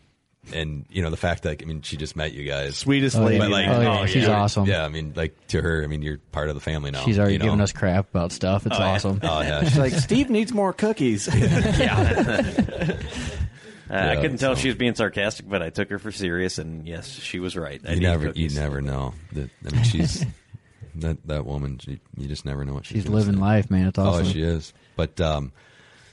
S7: and you know the fact that I mean, she just met you guys,
S9: Sweetest Oh, lady.
S7: But like,
S9: yeah. Oh, yeah. She's
S7: you're-
S8: awesome.
S7: Yeah, I mean, like to her, I mean, you're part of the family now.
S8: She's already
S7: you know?
S8: giving us crap about stuff. It's
S7: Oh, yeah.
S8: awesome.
S7: Oh yeah,
S9: She's like, Steve needs more cookies.
S5: yeah. Uh, I
S7: Yeah,
S5: couldn't tell if
S7: so-
S5: she was being sarcastic, but I took her for serious, and yes, she was right. I
S7: you
S5: need
S7: never,
S5: cookies.
S7: you never know. That, I mean, she's that that woman. She, you just never know what she's,
S8: She's
S7: gonna
S8: living
S7: say.
S8: life, man. It's awesome.
S7: Oh, she is. But um,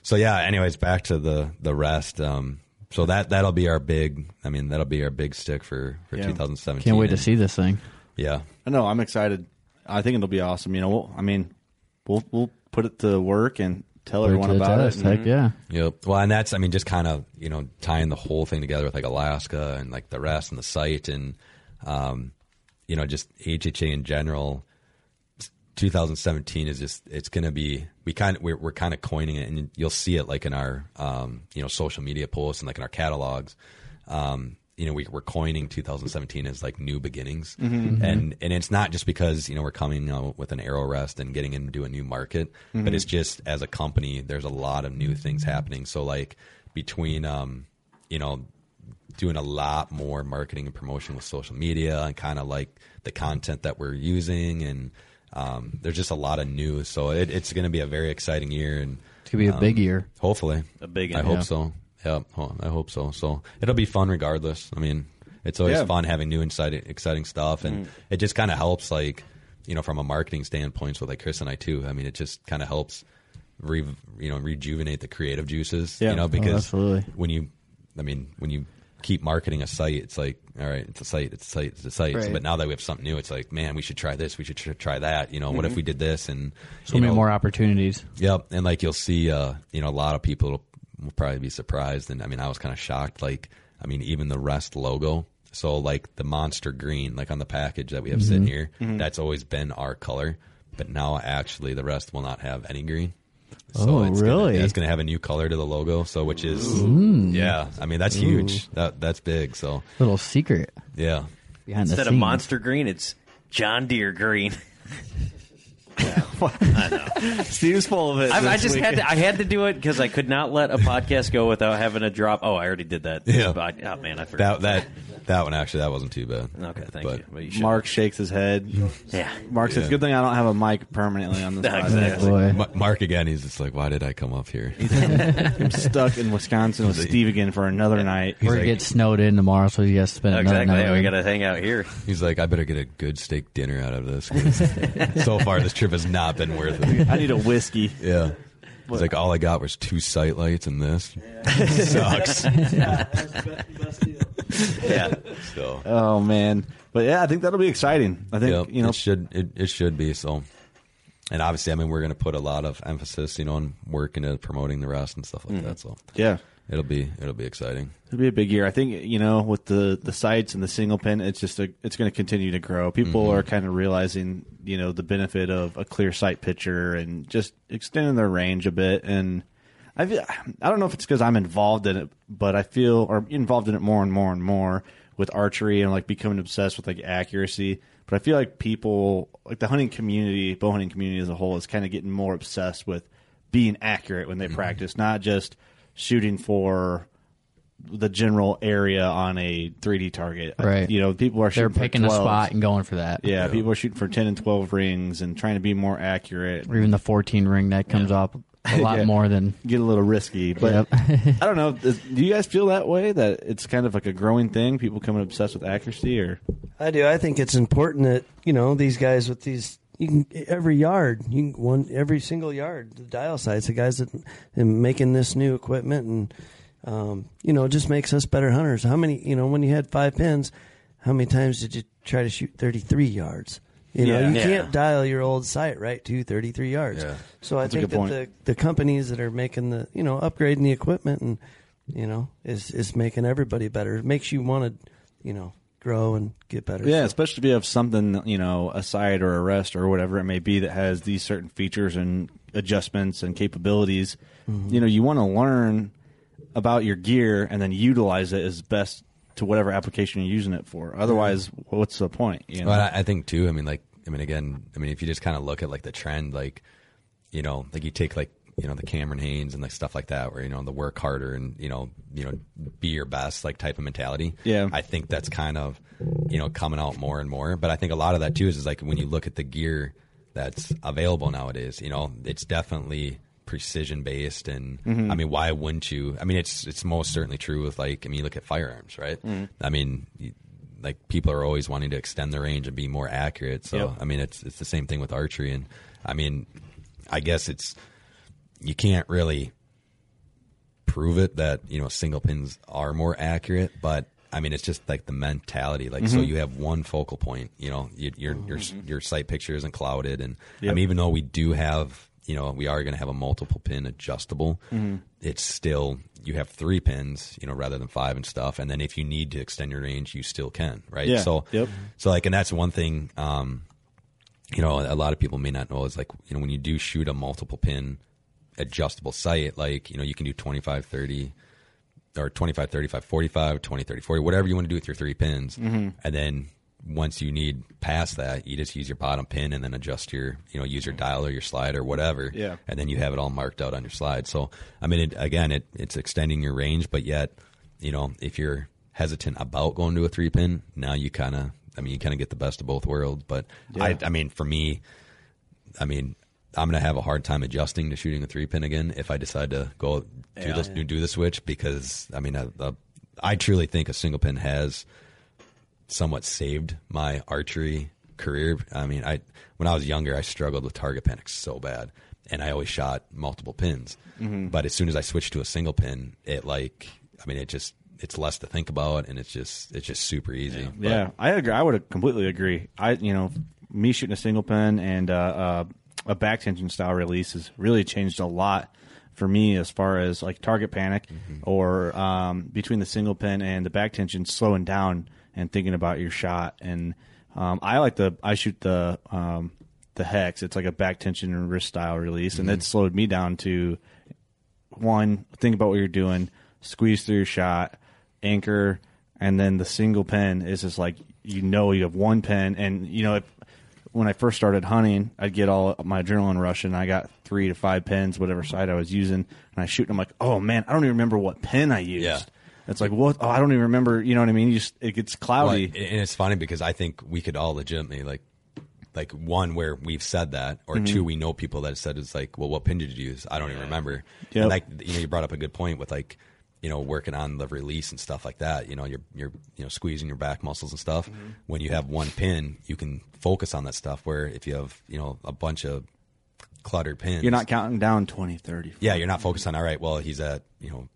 S7: so yeah. Anyways, back to the the rest. Um, so that that'll be our big. I mean, that'll be our big stick for for
S9: Yeah.
S7: 2017.
S8: Can't wait to
S7: And-
S8: see this thing.
S7: Yeah.
S9: I know. I'm excited. I think it'll be awesome. You know, we'll, I mean, we'll we'll put it to work and tell
S8: Put it
S9: everyone
S8: to the
S9: about
S8: test.
S9: it.
S8: Heck
S9: Mhm.
S8: yeah.
S7: Yep. Well, and that's I mean just kind of you know tying the whole thing together with like Alaska and like the rest and the site and um, you know just HHA in general. 2017 is just it's going to be we kind of we're, we're kind of coining it and you'll see it like in our um, you know social media posts and like in our catalogs um, you know we, we're coining 2017 as like new beginnings
S9: Mhm. Mhm.
S7: and and it's not just because you know we're coming out with an arrow rest and getting into a new market but
S9: Mhm.
S7: it's just as a company there's a lot of new things happening so like between um you know doing a lot more marketing and promotion with social media and kind of like the content that we're using and um, there's just a lot of news so it, it's going to be a very exciting year and
S8: It's gonna be
S7: um,
S8: a big year.
S7: hopefully
S5: A big
S7: i
S5: one,
S7: hope
S5: yeah.
S7: so yeah ho- i hope so so it'll be fun regardless i mean it's always
S9: Yeah.
S7: fun having new inside exciting stuff and
S9: Mm.
S8: Mm-hmm.
S7: it just kind of helps like you know from a marketing standpoint so like chris and i too i mean it just kind of helps re, you know rejuvenate the creative juices
S8: Yeah.
S7: you know
S8: Oh,
S7: because
S8: absolutely.
S7: when you i mean when you keep marketing a site it's like all right it's a site it's a site it's a site
S8: Right.
S7: but now that we have something new it's like man we should try this we should tr- try that you know what if
S8: Mhm.
S7: we did this and
S8: So
S7: you
S8: many
S7: know,
S8: more opportunities.
S7: Yep, and like you'll see, uh, you know, a lot of people will, will probably be surprised, and I mean, I was kind of shocked. Like, I mean, even the Rest logo, so like the monster green, like on the package that we have sitting
S5: Mm-hmm.
S9: Mhm.
S7: here,
S9: Mhm.
S7: that's always been our color, but now actually the Rest will not have any green.
S8: Oh,
S7: it's gonna-
S8: really?
S7: yeah, it's going to have a new color to the logo, so which is
S8: Ooh.
S7: yeah. I mean, that's
S8: Ooh.
S7: huge. That that's big. So
S8: Little secret.
S7: yeah,
S8: Behind the
S5: Instead of
S8: scenes.
S5: Monster Green, it's John Deere Green. [LAUGHS]
S9: Steve's full of it.
S5: I, I
S9: this
S5: just had
S9: weekend.
S5: to, I had to do it because I could not let a podcast go without having a drop. Oh, I already did that.
S7: Yeah.
S5: But- oh man, I forgot
S7: that that that one actually that wasn't too bad.
S5: Okay, thank you. But you should-
S9: Mark shakes his head.
S5: Yeah.
S9: Mark says,
S7: Yeah.
S9: "Good thing I don't have a mic permanently
S7: [LAUGHS]
S9: on this."
S5: Yeah,
S9: podcast."
S5: [LAUGHS] exactly.
S7: Ma- Mark again, he's just like, why did I come up here?
S9: I'm stuck in Wisconsin with Steve again for another night.
S8: We're gonna get snowed in tomorrow, so you guys spend another
S5: exactly.
S8: night.
S5: Yeah, we
S8: in.
S5: got to hang out here.
S7: He's like, I better get a good steak dinner out of this. 'cause [LAUGHS] so far, this trip has not been worth it.
S9: I need a whiskey.
S7: [LAUGHS] Yeah. He's like, all I got was two sight lights and this. [LAUGHS] Sucks.
S5: yeah.
S7: So.
S9: Oh man, but yeah, Uh, I think that'll be exciting. I think
S7: Yep,
S9: you know
S7: it should it, it should be so. and obviously, I mean, we're going to put a lot of emphasis, you know, on working and promoting the rest and stuff like
S9: Mm-hmm.
S7: that. So
S9: Yeah.
S7: it'll be it'll be exciting.
S9: It'll be a big year. I think you know with the the sites and the single pin, it's just a, it's going to continue to grow. People
S7: Mhm.
S9: are kind of realizing you know the benefit of a clear sight picture and just extending their range a bit. And I feel- I don't know if it's because I'm involved in it, but I feel or involved in it more and more and more with archery and like becoming obsessed with like accuracy. But I feel like people like the hunting community, bow hunting community as a whole, is kind of getting more obsessed with being accurate when they
S8: Mm-hmm.
S9: practice, not just shooting for the general area on a 3D target.
S8: Right.
S9: You know, people are
S8: They're
S9: shooting for
S8: picking a
S9: 12s.
S8: spot and going for that.
S9: Yeah,
S8: Yeah.
S9: people are shooting for 10 and 12 rings and trying to be more accurate.
S8: Or even the 14 ring that comes
S5: [LAUGHS]
S8: up a lot
S9: Yeah.
S8: more than
S9: Get a little risky, but I don't know. is- Do you guys feel that way? That it's kind of like a growing thing? People coming obsessed with accuracy, or
S1: I do. I think it's important that you know these guys with these. You can every yard. You can one every single yard. The dial sites. The guys that are making this new equipment and um, you know just makes us better hunters. How many? You know when you had five pins, how many times did you try to shoot thirty three yards? You know
S11: Yeah.
S1: you
S11: Yeah.
S1: can't dial your old sight right to thirty three yards.
S11: Yeah.
S1: So I
S11: That's a good
S1: think that
S11: point.
S1: the the companies that are making the you know upgrading the equipment and you know is is making everybody better. It makes you want to you know grow and get better.
S9: yeah, especially if you have something you know, a sight or a rest or whatever it may be that has these certain features and adjustments and capabilities.
S11: Mhm.
S9: You know, you want to learn about your gear and then utilize it as best to whatever application you're using it for. Otherwise, what's the point? You know?
S7: Well, I, I think too. I mean, like, I mean, again, I mean, if you just kind of look at like the trend, like, you know, like you take like you know the Cameron Haynes and like stuff like that, where you know the work harder and you know you know be your best like type of mentality.
S9: Yeah.
S7: I think that's kind of you know coming out more and more. But I think a lot of that too is, is like when you look at the gear that's available nowadays, you know, it's definitely precision based and
S11: Mhm.
S7: I mean why wouldn't you I mean it's it's most certainly true with like I mean you look at firearms, right?
S11: Mhm.
S7: I mean you- like people are always wanting to extend their range and be more accurate. So
S11: Yep.
S7: I mean it's it's the same thing with archery and I mean I guess it's you can't really prove it that you know single pins are more accurate but i mean it's just like the mentality like so
S11: Mhm.
S7: you have one focal point you know you, your your
S11: Mhm.
S7: your sight picture isn't clouded and i
S11: Yep.
S7: mean even though we do have you know we are going to have a multiple pin adjustable
S11: Mhm.
S7: it's still you have three pins you know rather than five and stuff and then if you need to extend your range you still can right
S11: Yeah.
S7: so
S11: Yep.
S7: so like and that's one thing um you know a lot of people may not know is like you know when you do shoot a multiple pin adjustable sight like you know you can do 25 30 or 25 35 45 20 30 40 whatever you want to do with your three pins
S11: Mhm.
S7: and then once you need past that you just use your bottom pin and then adjust your you know use your dial or your slide or whatever
S11: Yeah.
S7: and then you have it all marked out on your slide so i mean it, again it, it's extending your range but yet you know if you're hesitant about going to a three pin now you kind of i mean you kind of get the best of both worlds but
S11: Yeah.
S7: I, I mean for me I mean, I'm gonna have a hard time adjusting to shooting a three pin again if I decide to go do
S11: Yeah.
S7: this do the switch because I mean, I, I- I truly think a single pin has somewhat saved my archery career. I mean, I when I was younger, I struggled with target panic so bad, and I always shot multiple pins.
S11: Mhm.
S7: But as soon as I switched to a single pin, it like, I mean, it just it's less to think about, and it's just it's just super easy. But-
S9: Yeah, I agree. I would completely agree. I, you know, me shooting a single pin and uh, uh, a back tension style release has really changed a lot for me as far as like target panic or um, between the single pin and the back tension slowing down and thinking about your shot. And um, I like the I shoot the um, the hex. It's like a back tension and wrist style release, and
S11: Mhm.
S9: that slowed me down to one, think about what you're doing, squeeze through your shot, anchor, and then the single pin is just like you know you have one pin, and you know if, when I first started hunting, I'd get all my adrenaline rush, and I got three to five pins, whatever side I was using, and I shoot, and I'm like, oh man, I don't even remember what pin I used.
S7: Yeah.
S9: It's like what? Oh, I don't even remember. You know what I mean? You just it gets cloudy.
S7: Well, and it's funny because I think we could all legitimately like, like one where we've said that, or
S9: Mhm.
S7: two we know people that have said it's like, well, what pin did you use? I don't even remember.
S9: Yep.
S7: And like you know, you brought up a good point with like, you know, working on the release and stuff like that. You know, you're you're you know squeezing your back muscles and stuff.
S9: Mm-hmm.
S7: When you have one pin, you can focus on that stuff. Where if you have you know a bunch of cluttered pins,
S9: You're not counting down 20, 30.
S7: yeah, you're not focused on all right. Well, he's at you know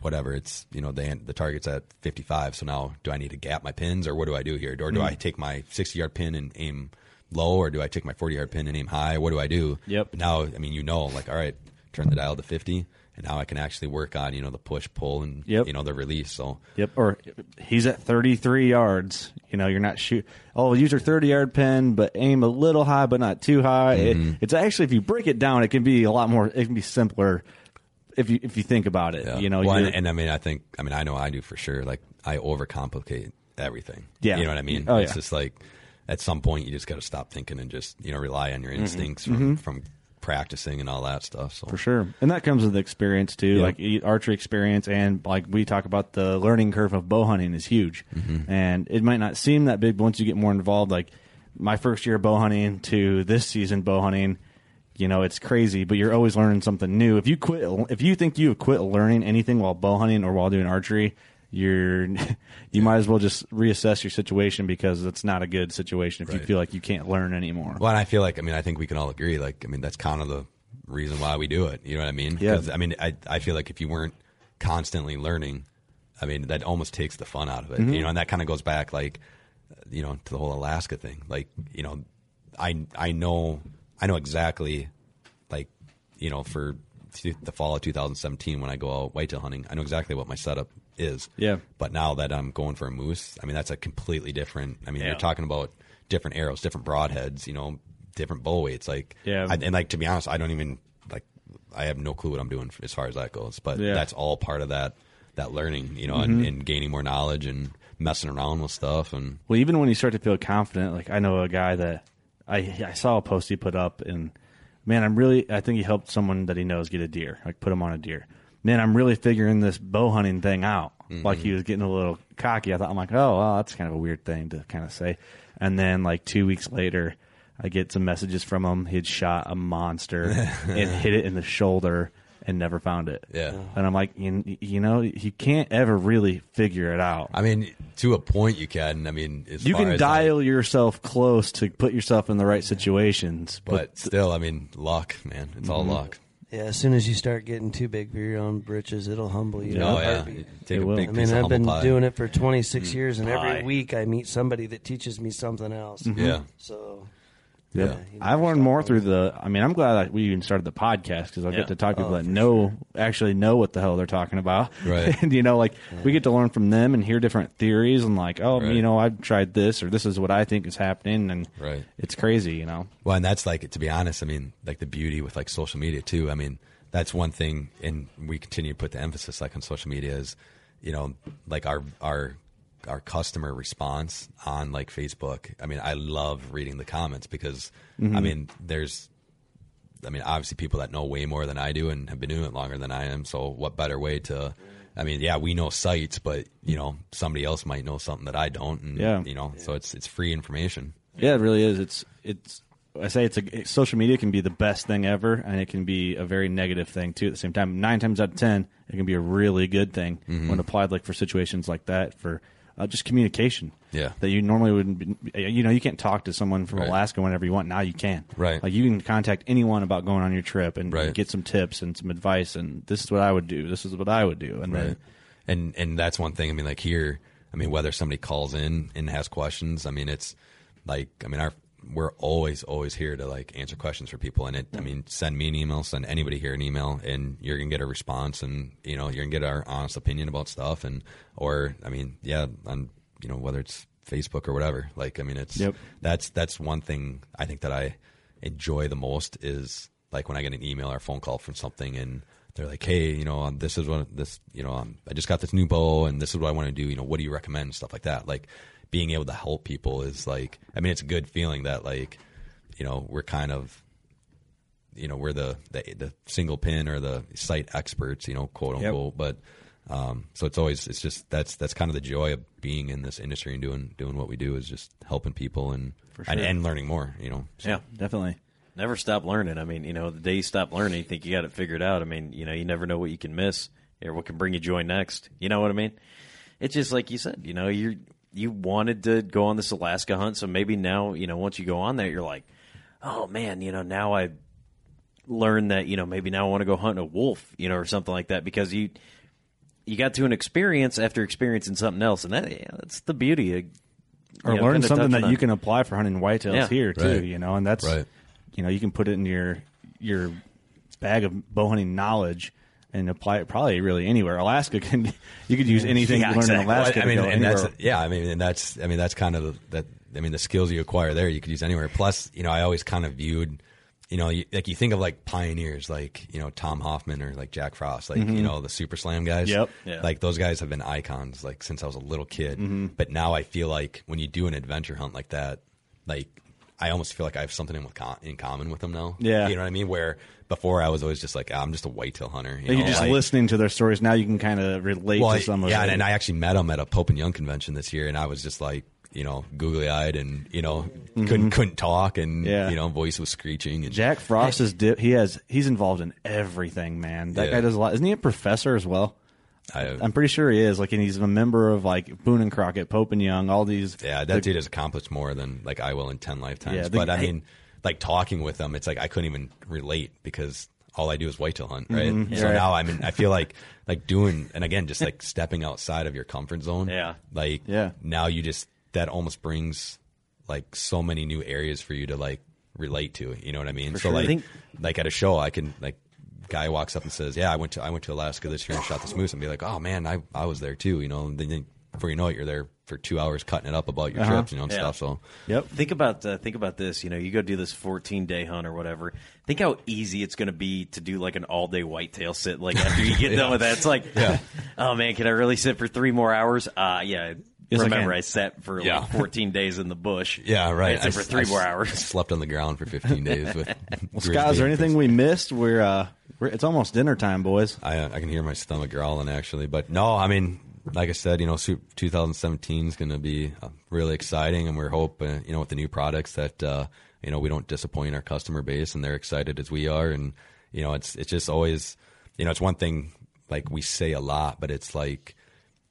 S7: whatever. It's you know the the target's at
S9: Hmm.
S7: 55. So now do I need to gap my pins or what do I do here? Or do
S11: Mm.
S7: I take my 60 yard pin and aim low or do I take my 40 yard pin and aim high? What do I do?
S9: Yep.
S7: But now, I mean, you know, like, all right, turn the dial to 50, and now I can actually work on, you know, the push, pull, and,
S9: Yep.
S7: you know, the release. So,
S9: Yep. Or he's at 33 yards. You know, you're not shoot. Oh, use your 30 yard pin, but aim a little high, but not too high. It-
S7: Mhm.
S9: it's actually if you break it down, it can be a lot more. It can be simpler if you if you think about it.
S7: yeah.
S9: You know,
S7: Well, and,
S9: you're-
S7: and I mean, I think, I mean, I know I do for sure. Like, I overcomplicate everything.
S9: Yeah.
S7: You know what I mean?
S9: Oh,
S7: it's
S9: yeah.
S7: just like at some point, you just got to stop thinking and just, you know, rely on your
S9: Mhm.
S7: instincts From,
S9: Mhm.
S7: from practicing and all that stuff. So,
S9: for sure, and that comes with experience too,
S7: Yeah.
S9: like e- archery experience, and like we talk about the learning curve of bow hunting is huge,
S7: Mm-hmm.
S9: and it might not seem that big, but once you get more involved, like my first year of bow hunting to this season bow hunting, you know it's crazy but you're always learning something new if you quit if you think you have quit learning anything while bow hunting or while doing archery you're [LAUGHS] you might as well just reassess your situation because it's not a good situation if you
S7: Right.
S9: feel like you can't learn anymore
S7: Well, and I feel like I mean I think we can all agree. Like I mean that's kind of the reason why we do it. You know what I mean?
S9: Yeah.
S7: 'Cause, I mean I I feel like if you weren't constantly learning, I mean that almost takes the fun out of it.
S9: Mhm.
S7: You know, and that kind of goes back like you know to the whole Alaska thing. Like you know, I I know I know exactly like you know for t- the fall of 2017 when I go out whitetail hunting, I know exactly what my setup is.
S9: Yeah.
S7: But now that I'm going for a moose, I mean that's a completely different. I mean
S9: Yeah.
S7: you're talking about different arrows, different broadheads, you know, different bow weights. Like,
S9: Yeah.
S7: I, and like to be honest, I don't even like. I have no clue what I'm doing as far as that goes. But
S9: Yeah.
S7: that's all part of that that learning, you know, and,
S9: Mhm.
S7: and gaining more knowledge and messing around with stuff. And
S9: Well, even when you start to feel confident, like I know a guy that I I saw a post he put up, and man, I'm really I think he helped someone that he knows get a deer, like put him on a deer. Man, I'm really figuring this bow hunting thing out. Like he was getting a little cocky. I thought I'm like, oh, well, that's kind of a weird thing to kind of say. And then like two weeks later, I get some messages from him. He'd shot a monster and hit it in the shoulder and never found it.
S7: Yeah.
S9: And I'm like, you, you know, you can't ever really figure it out.
S7: I mean, to a point, you can. I mean, as
S9: you
S7: far
S9: can
S7: as
S9: dial yourself close to put yourself in the right situations, but,
S7: but still, I mean, luck, man, it's all
S9: Mhm.
S7: luck.
S1: Yeah, as soon as you start getting too big for your own britches, it'll humble you. in
S7: Oh,
S1: a
S7: yeah.
S1: heartbeat.
S7: Take a It will. big
S1: I
S7: piece
S1: mean,
S7: of
S1: I've
S7: humble
S1: been
S7: pie.
S1: doing it for 26
S7: Mm.
S1: years, and
S7: Pie.
S1: every week I meet somebody that teaches me something else.
S9: Mhm. Yeah.
S1: So,
S9: Yep. I've learned more through the. I mean, I'm glad that we even started the podcast because I
S1: Yeah.
S9: get to talk to people
S1: Oh,
S9: that know actually know what the hell they're talking about,
S7: Right.
S9: [LAUGHS] and you know, like we get to learn from them and hear different theories and like, oh,
S7: Right.
S9: you know, I've tried this or this is what I think is happening, and
S7: Right.
S9: it's crazy, you know.
S7: Well, and that's like to be honest. I mean, like the beauty with like social media too. I mean, that's one thing, and we continue to put the emphasis like on social media is, you know, like our our our customer response on like Facebook. I mean, I love reading the comments because I
S9: Mhm.
S7: mean, there's. I mean, obviously, people that know way more than I do and have been doing it longer than I am. So, what better way to? I mean, yeah, we know sites, but you know, somebody else might know something that I don't, and
S9: Yeah.
S7: you know, so it's it's free information.
S9: Yeah, it really is. It's it's. I say it's a it- social media can be the best thing ever, and it can be a very negative thing too. At the same time, nine times out of ten, it can be a really good thing
S7: Mhm.
S9: when applied like for situations like that for uh, just communication.
S7: Yeah.
S9: that you normally wouldn't. Be, you know, you can't talk to someone from
S7: Right.
S9: Alaska whenever you want. Now you can.
S7: Right.
S9: like you can contact anyone about going on your trip and
S7: Right.
S9: get some tips and some advice. And this is what I would do. This is what I would do. And then
S7: Right. and and that's one thing. I mean, like here, I mean, whether somebody calls in and has questions, I mean, it's like, I mean, our we're always always here to like answer questions for people. And it, I mean, send me an email, send anybody here an email, and you're gonna get a response, and you know, you're gonna get our honest opinion about stuff, and or I mean, yeah, on you know, whether it's Facebook or whatever. Like, I mean, it's
S9: Yep.
S7: that's that's one thing I think that I enjoy the most is like when I get an email or a phone call from something and they're like, "Hey, you know, um, this is what this, you know, um, I just got this new bow and this is what I want to do. You know, what do you recommend?" Stuff like that. Like being able to help people is like, I mean, it's a good feeling that like, you know, we're kind of, you know, we're the the, the single pin or the site experts, you know, quote
S9: Yep.
S7: unquote. But um, so it's always it's just that's that's kind of the joy of being in this industry and doing doing what we do is just helping people and
S5: For
S7: and,
S5: sure.
S7: and learning more. You know,
S5: Yeah,
S9: definitely.
S5: Never stop learning. I mean, you know, the day you stop learning, you think you got it figured out. I mean, you know, you never know what you can miss or what can bring you joy next. You know what I mean? It's just like you said. You know, you you wanted to go on this Alaska hunt, so maybe now, you know, once you go on that, you're like, oh man, you know, now I learned that, you know, maybe now I want to go hunt a wolf, you know, or something like that because you you got to an experience after experiencing something else, and that yeah, that's the beauty of
S9: or
S5: you know,
S9: learn
S5: kinda
S9: something
S5: touched
S9: that
S5: on.
S9: you can apply for hunting whitetails
S5: Yeah.
S9: here too.
S5: Right.
S9: You know, and that's
S5: Right.
S9: you know you can put it in your your bag of bow hunting knowledge and apply it probably really anywhere. Alaska [LAUGHS] can you could use anything
S7: Yeah,
S9: you learn in
S7: exactly.
S9: Alaska.
S7: I mean,
S9: to go
S7: and that's
S9: anywhere.
S7: yeah. I mean, and that's I mean that's kind of that. I mean, the skills you acquire there, you could use anywhere. Plus, you know, I always kind of viewed, you know, you, like you think of like pioneers, like you know Tom Hoffman or like Jack Frost, like
S9: Mhm.
S7: you know the Super Slam guys.
S9: Yep. Yeah.
S7: Like those guys have been icons like since I was a little kid.
S9: Mhm.
S7: But now I feel like when you do an adventure hunt like that, like. I almost feel like I have something in, with com- in common with them now.
S9: Yeah.
S7: you know what I mean. Where before I was always just like, "Ah, I'm just a whitetail hunter. You
S9: Like,
S7: know,
S9: you're just
S7: like-
S9: listening to their stories now. You can kind of relate
S7: well,
S9: to some of
S7: yeah,
S9: it.
S7: and, and I actually met him at a Pope and Young convention this year, and I was just like, you know, googly eyed, and you know, couldn't
S9: Mhm.
S7: couldn't talk, and
S9: Yeah.
S7: you know, voice was screeching. And
S9: Jack Frost is di- he has he's involved in everything, man. That
S7: Yeah.
S9: guy does a lot. Isn't he a professor as well?
S7: I, uh,
S9: am pretty sure he is. Like, and he's a member of like Boone and Crockett, Pope and Young, all these.
S7: yeah, that dude has accomplished more than like I will in ten lifetimes.
S9: Yeah, the-
S7: but I
S9: I-
S7: mean, like talking with him, it's like I couldn't even relate because all I do is whitetail hunt, right?
S5: Mhm.
S7: So
S5: Right.
S7: now I mean, I feel like like doing, and again, just like stepping outside of your comfort zone. Yeah, like yeah. Now you just that almost brings like so many new areas for you to like relate to. You know what I mean?
S5: For
S7: so
S5: sure. I
S7: like
S5: think-
S7: like at a show, I can like guy walks up and says, "Yeah, I went to I went to Alaska this year and shot this moose," and be like, "Oh man, I I was there too." You know, and then you- before you know it, you're there for two hours cutting it up about your
S5: Uh-huh.
S7: trips, you know, and
S5: Yeah.
S7: stuff. So
S9: Yep.
S5: Think about uh, think about this. You know, you go do this 14 day hunt or whatever. Think how easy it's going to be to do like an all day whitetail sit. Like after you
S7: [LAUGHS]
S5: get
S7: Yeah.
S5: done with that, it's like,
S7: Yeah.
S5: [LAUGHS] oh man, can I really sit for three more hours? Uh yeah.
S7: Yes, I
S5: remember,
S7: can.
S5: I, sat for
S7: Yeah.
S5: like 14 days in the bush.
S7: [LAUGHS] yeah, right.
S5: I sat for
S7: s-
S5: three
S7: s-
S5: more hours.
S7: Slept on the ground for 15 days with.
S9: [LAUGHS] Well, Scott, is there anything we missed? We're, uh, we're it's almost dinner time, boys.
S7: I uh, I can hear my stomach growling actually, but no, I mean, like I said, you know, 2017 is going to be uh, really exciting, and we're hoping, you know, with the new products that uh, you know we don't disappoint our customer base, and they're excited as we are, and you know, it's it's just always, you know, it's one thing like we say a lot, but it's like,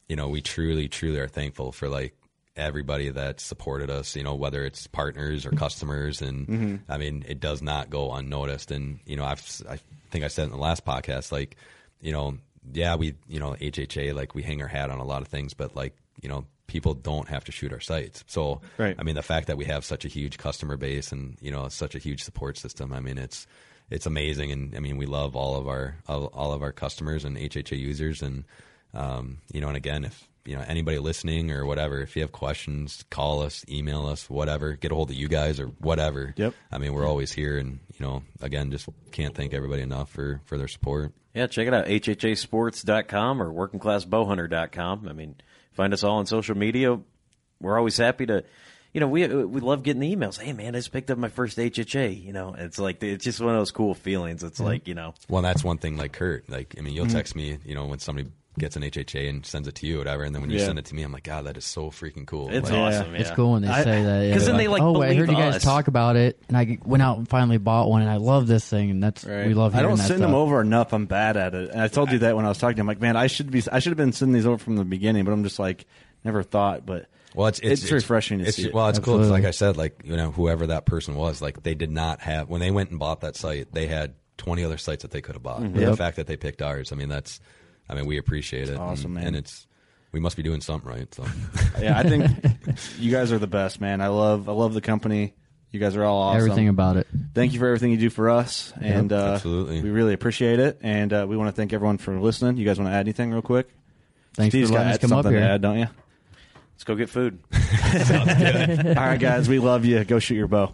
S7: you know, we truly truly are thankful for like everybody that supported us, you know, whether it's partners or customers. And
S11: Mhm.
S7: I mean, it does not go unnoticed. And, you know, I've, I think I said in the last podcast, like, you know, yeah, we, you know, HHA, like we hang our hat on a lot of things, but like, you know, people don't have to shoot our sites. So,
S9: Right.
S7: I mean, the fact that we have such a huge customer base and, you know, such a huge support system, I mean, it's, it's amazing. And I mean, we love all of our, all, all of our customers and HHA users. And, um, you know, and again, if you know anybody listening or whatever, if you have questions, call us, email us, whatever, get a hold of you guys or whatever.
S9: Yep.
S7: I mean, we're always here, and you know, again, just can't thank everybody enough for for their support.
S5: Yeah, check it out. HHAsports.com or workingclassbowhunter.com. I mean, find us all on social media. We're always happy to, you know, we uh, we love getting the emails. Hey, man, I just picked up my first HHA. You know, it's like, it's just one of those cool feelings. It's like, you know,
S7: Well, that's one thing. Like Kurt, like I mean, you'll
S5: Mhm.
S7: text me, you know, when somebody gets an HHA and sends it to you, whatever, and then when you
S5: Yeah.
S7: send it to me, I'm like, God, that is so freaking cool.
S5: It's
S7: Like-
S5: awesome,
S8: It's cool when they say that. yeah,
S5: Because then
S8: like,
S5: they like,
S8: oh, I
S5: believe
S8: heard you guys
S5: us.
S8: talk about it, and I went out and finally bought one, and I love this thing, and that's we love
S9: I
S8: hearing
S9: don't
S8: that
S9: send
S8: stuff.
S9: them over enough. I'm bad at it. And I told you that when I was talking. I'm like, man, I should be. I should have been sending these over from the beginning, but I'm just like, never thought. But
S8: [LAUGHS]
S7: Well, it's it's,
S9: refreshing to
S7: it's-
S9: see. it.
S7: Well, it's cool. It's like I said, like you know, whoever that person was, like they did not have when they went and bought that site, they had twenty other sites that they could have bought.
S9: Mhm.
S7: But The
S9: Yep.
S7: fact that they picked ours, I mean, that's, I mean, we appreciate it.
S9: awesome,
S7: and,
S9: man.
S7: And it's we must be doing something right.
S9: [LAUGHS]
S7: So
S9: yeah, I think you guys are the best, man. I love I love the company. You guys are all awesome.
S8: Everything about it.
S9: Thank you for everything you do for us,
S8: Yep,
S9: and uh,
S7: absolutely,
S9: we really appreciate it. And uh, we want to thank everyone for listening. You guys want to add anything real quick?
S8: Thanks
S9: Steve's
S8: for letting
S9: got
S8: us come up
S9: something to
S8: here.
S9: add, don't you?
S5: Let's go get food.
S9: all right, guys, we love you. Go shoot your bow.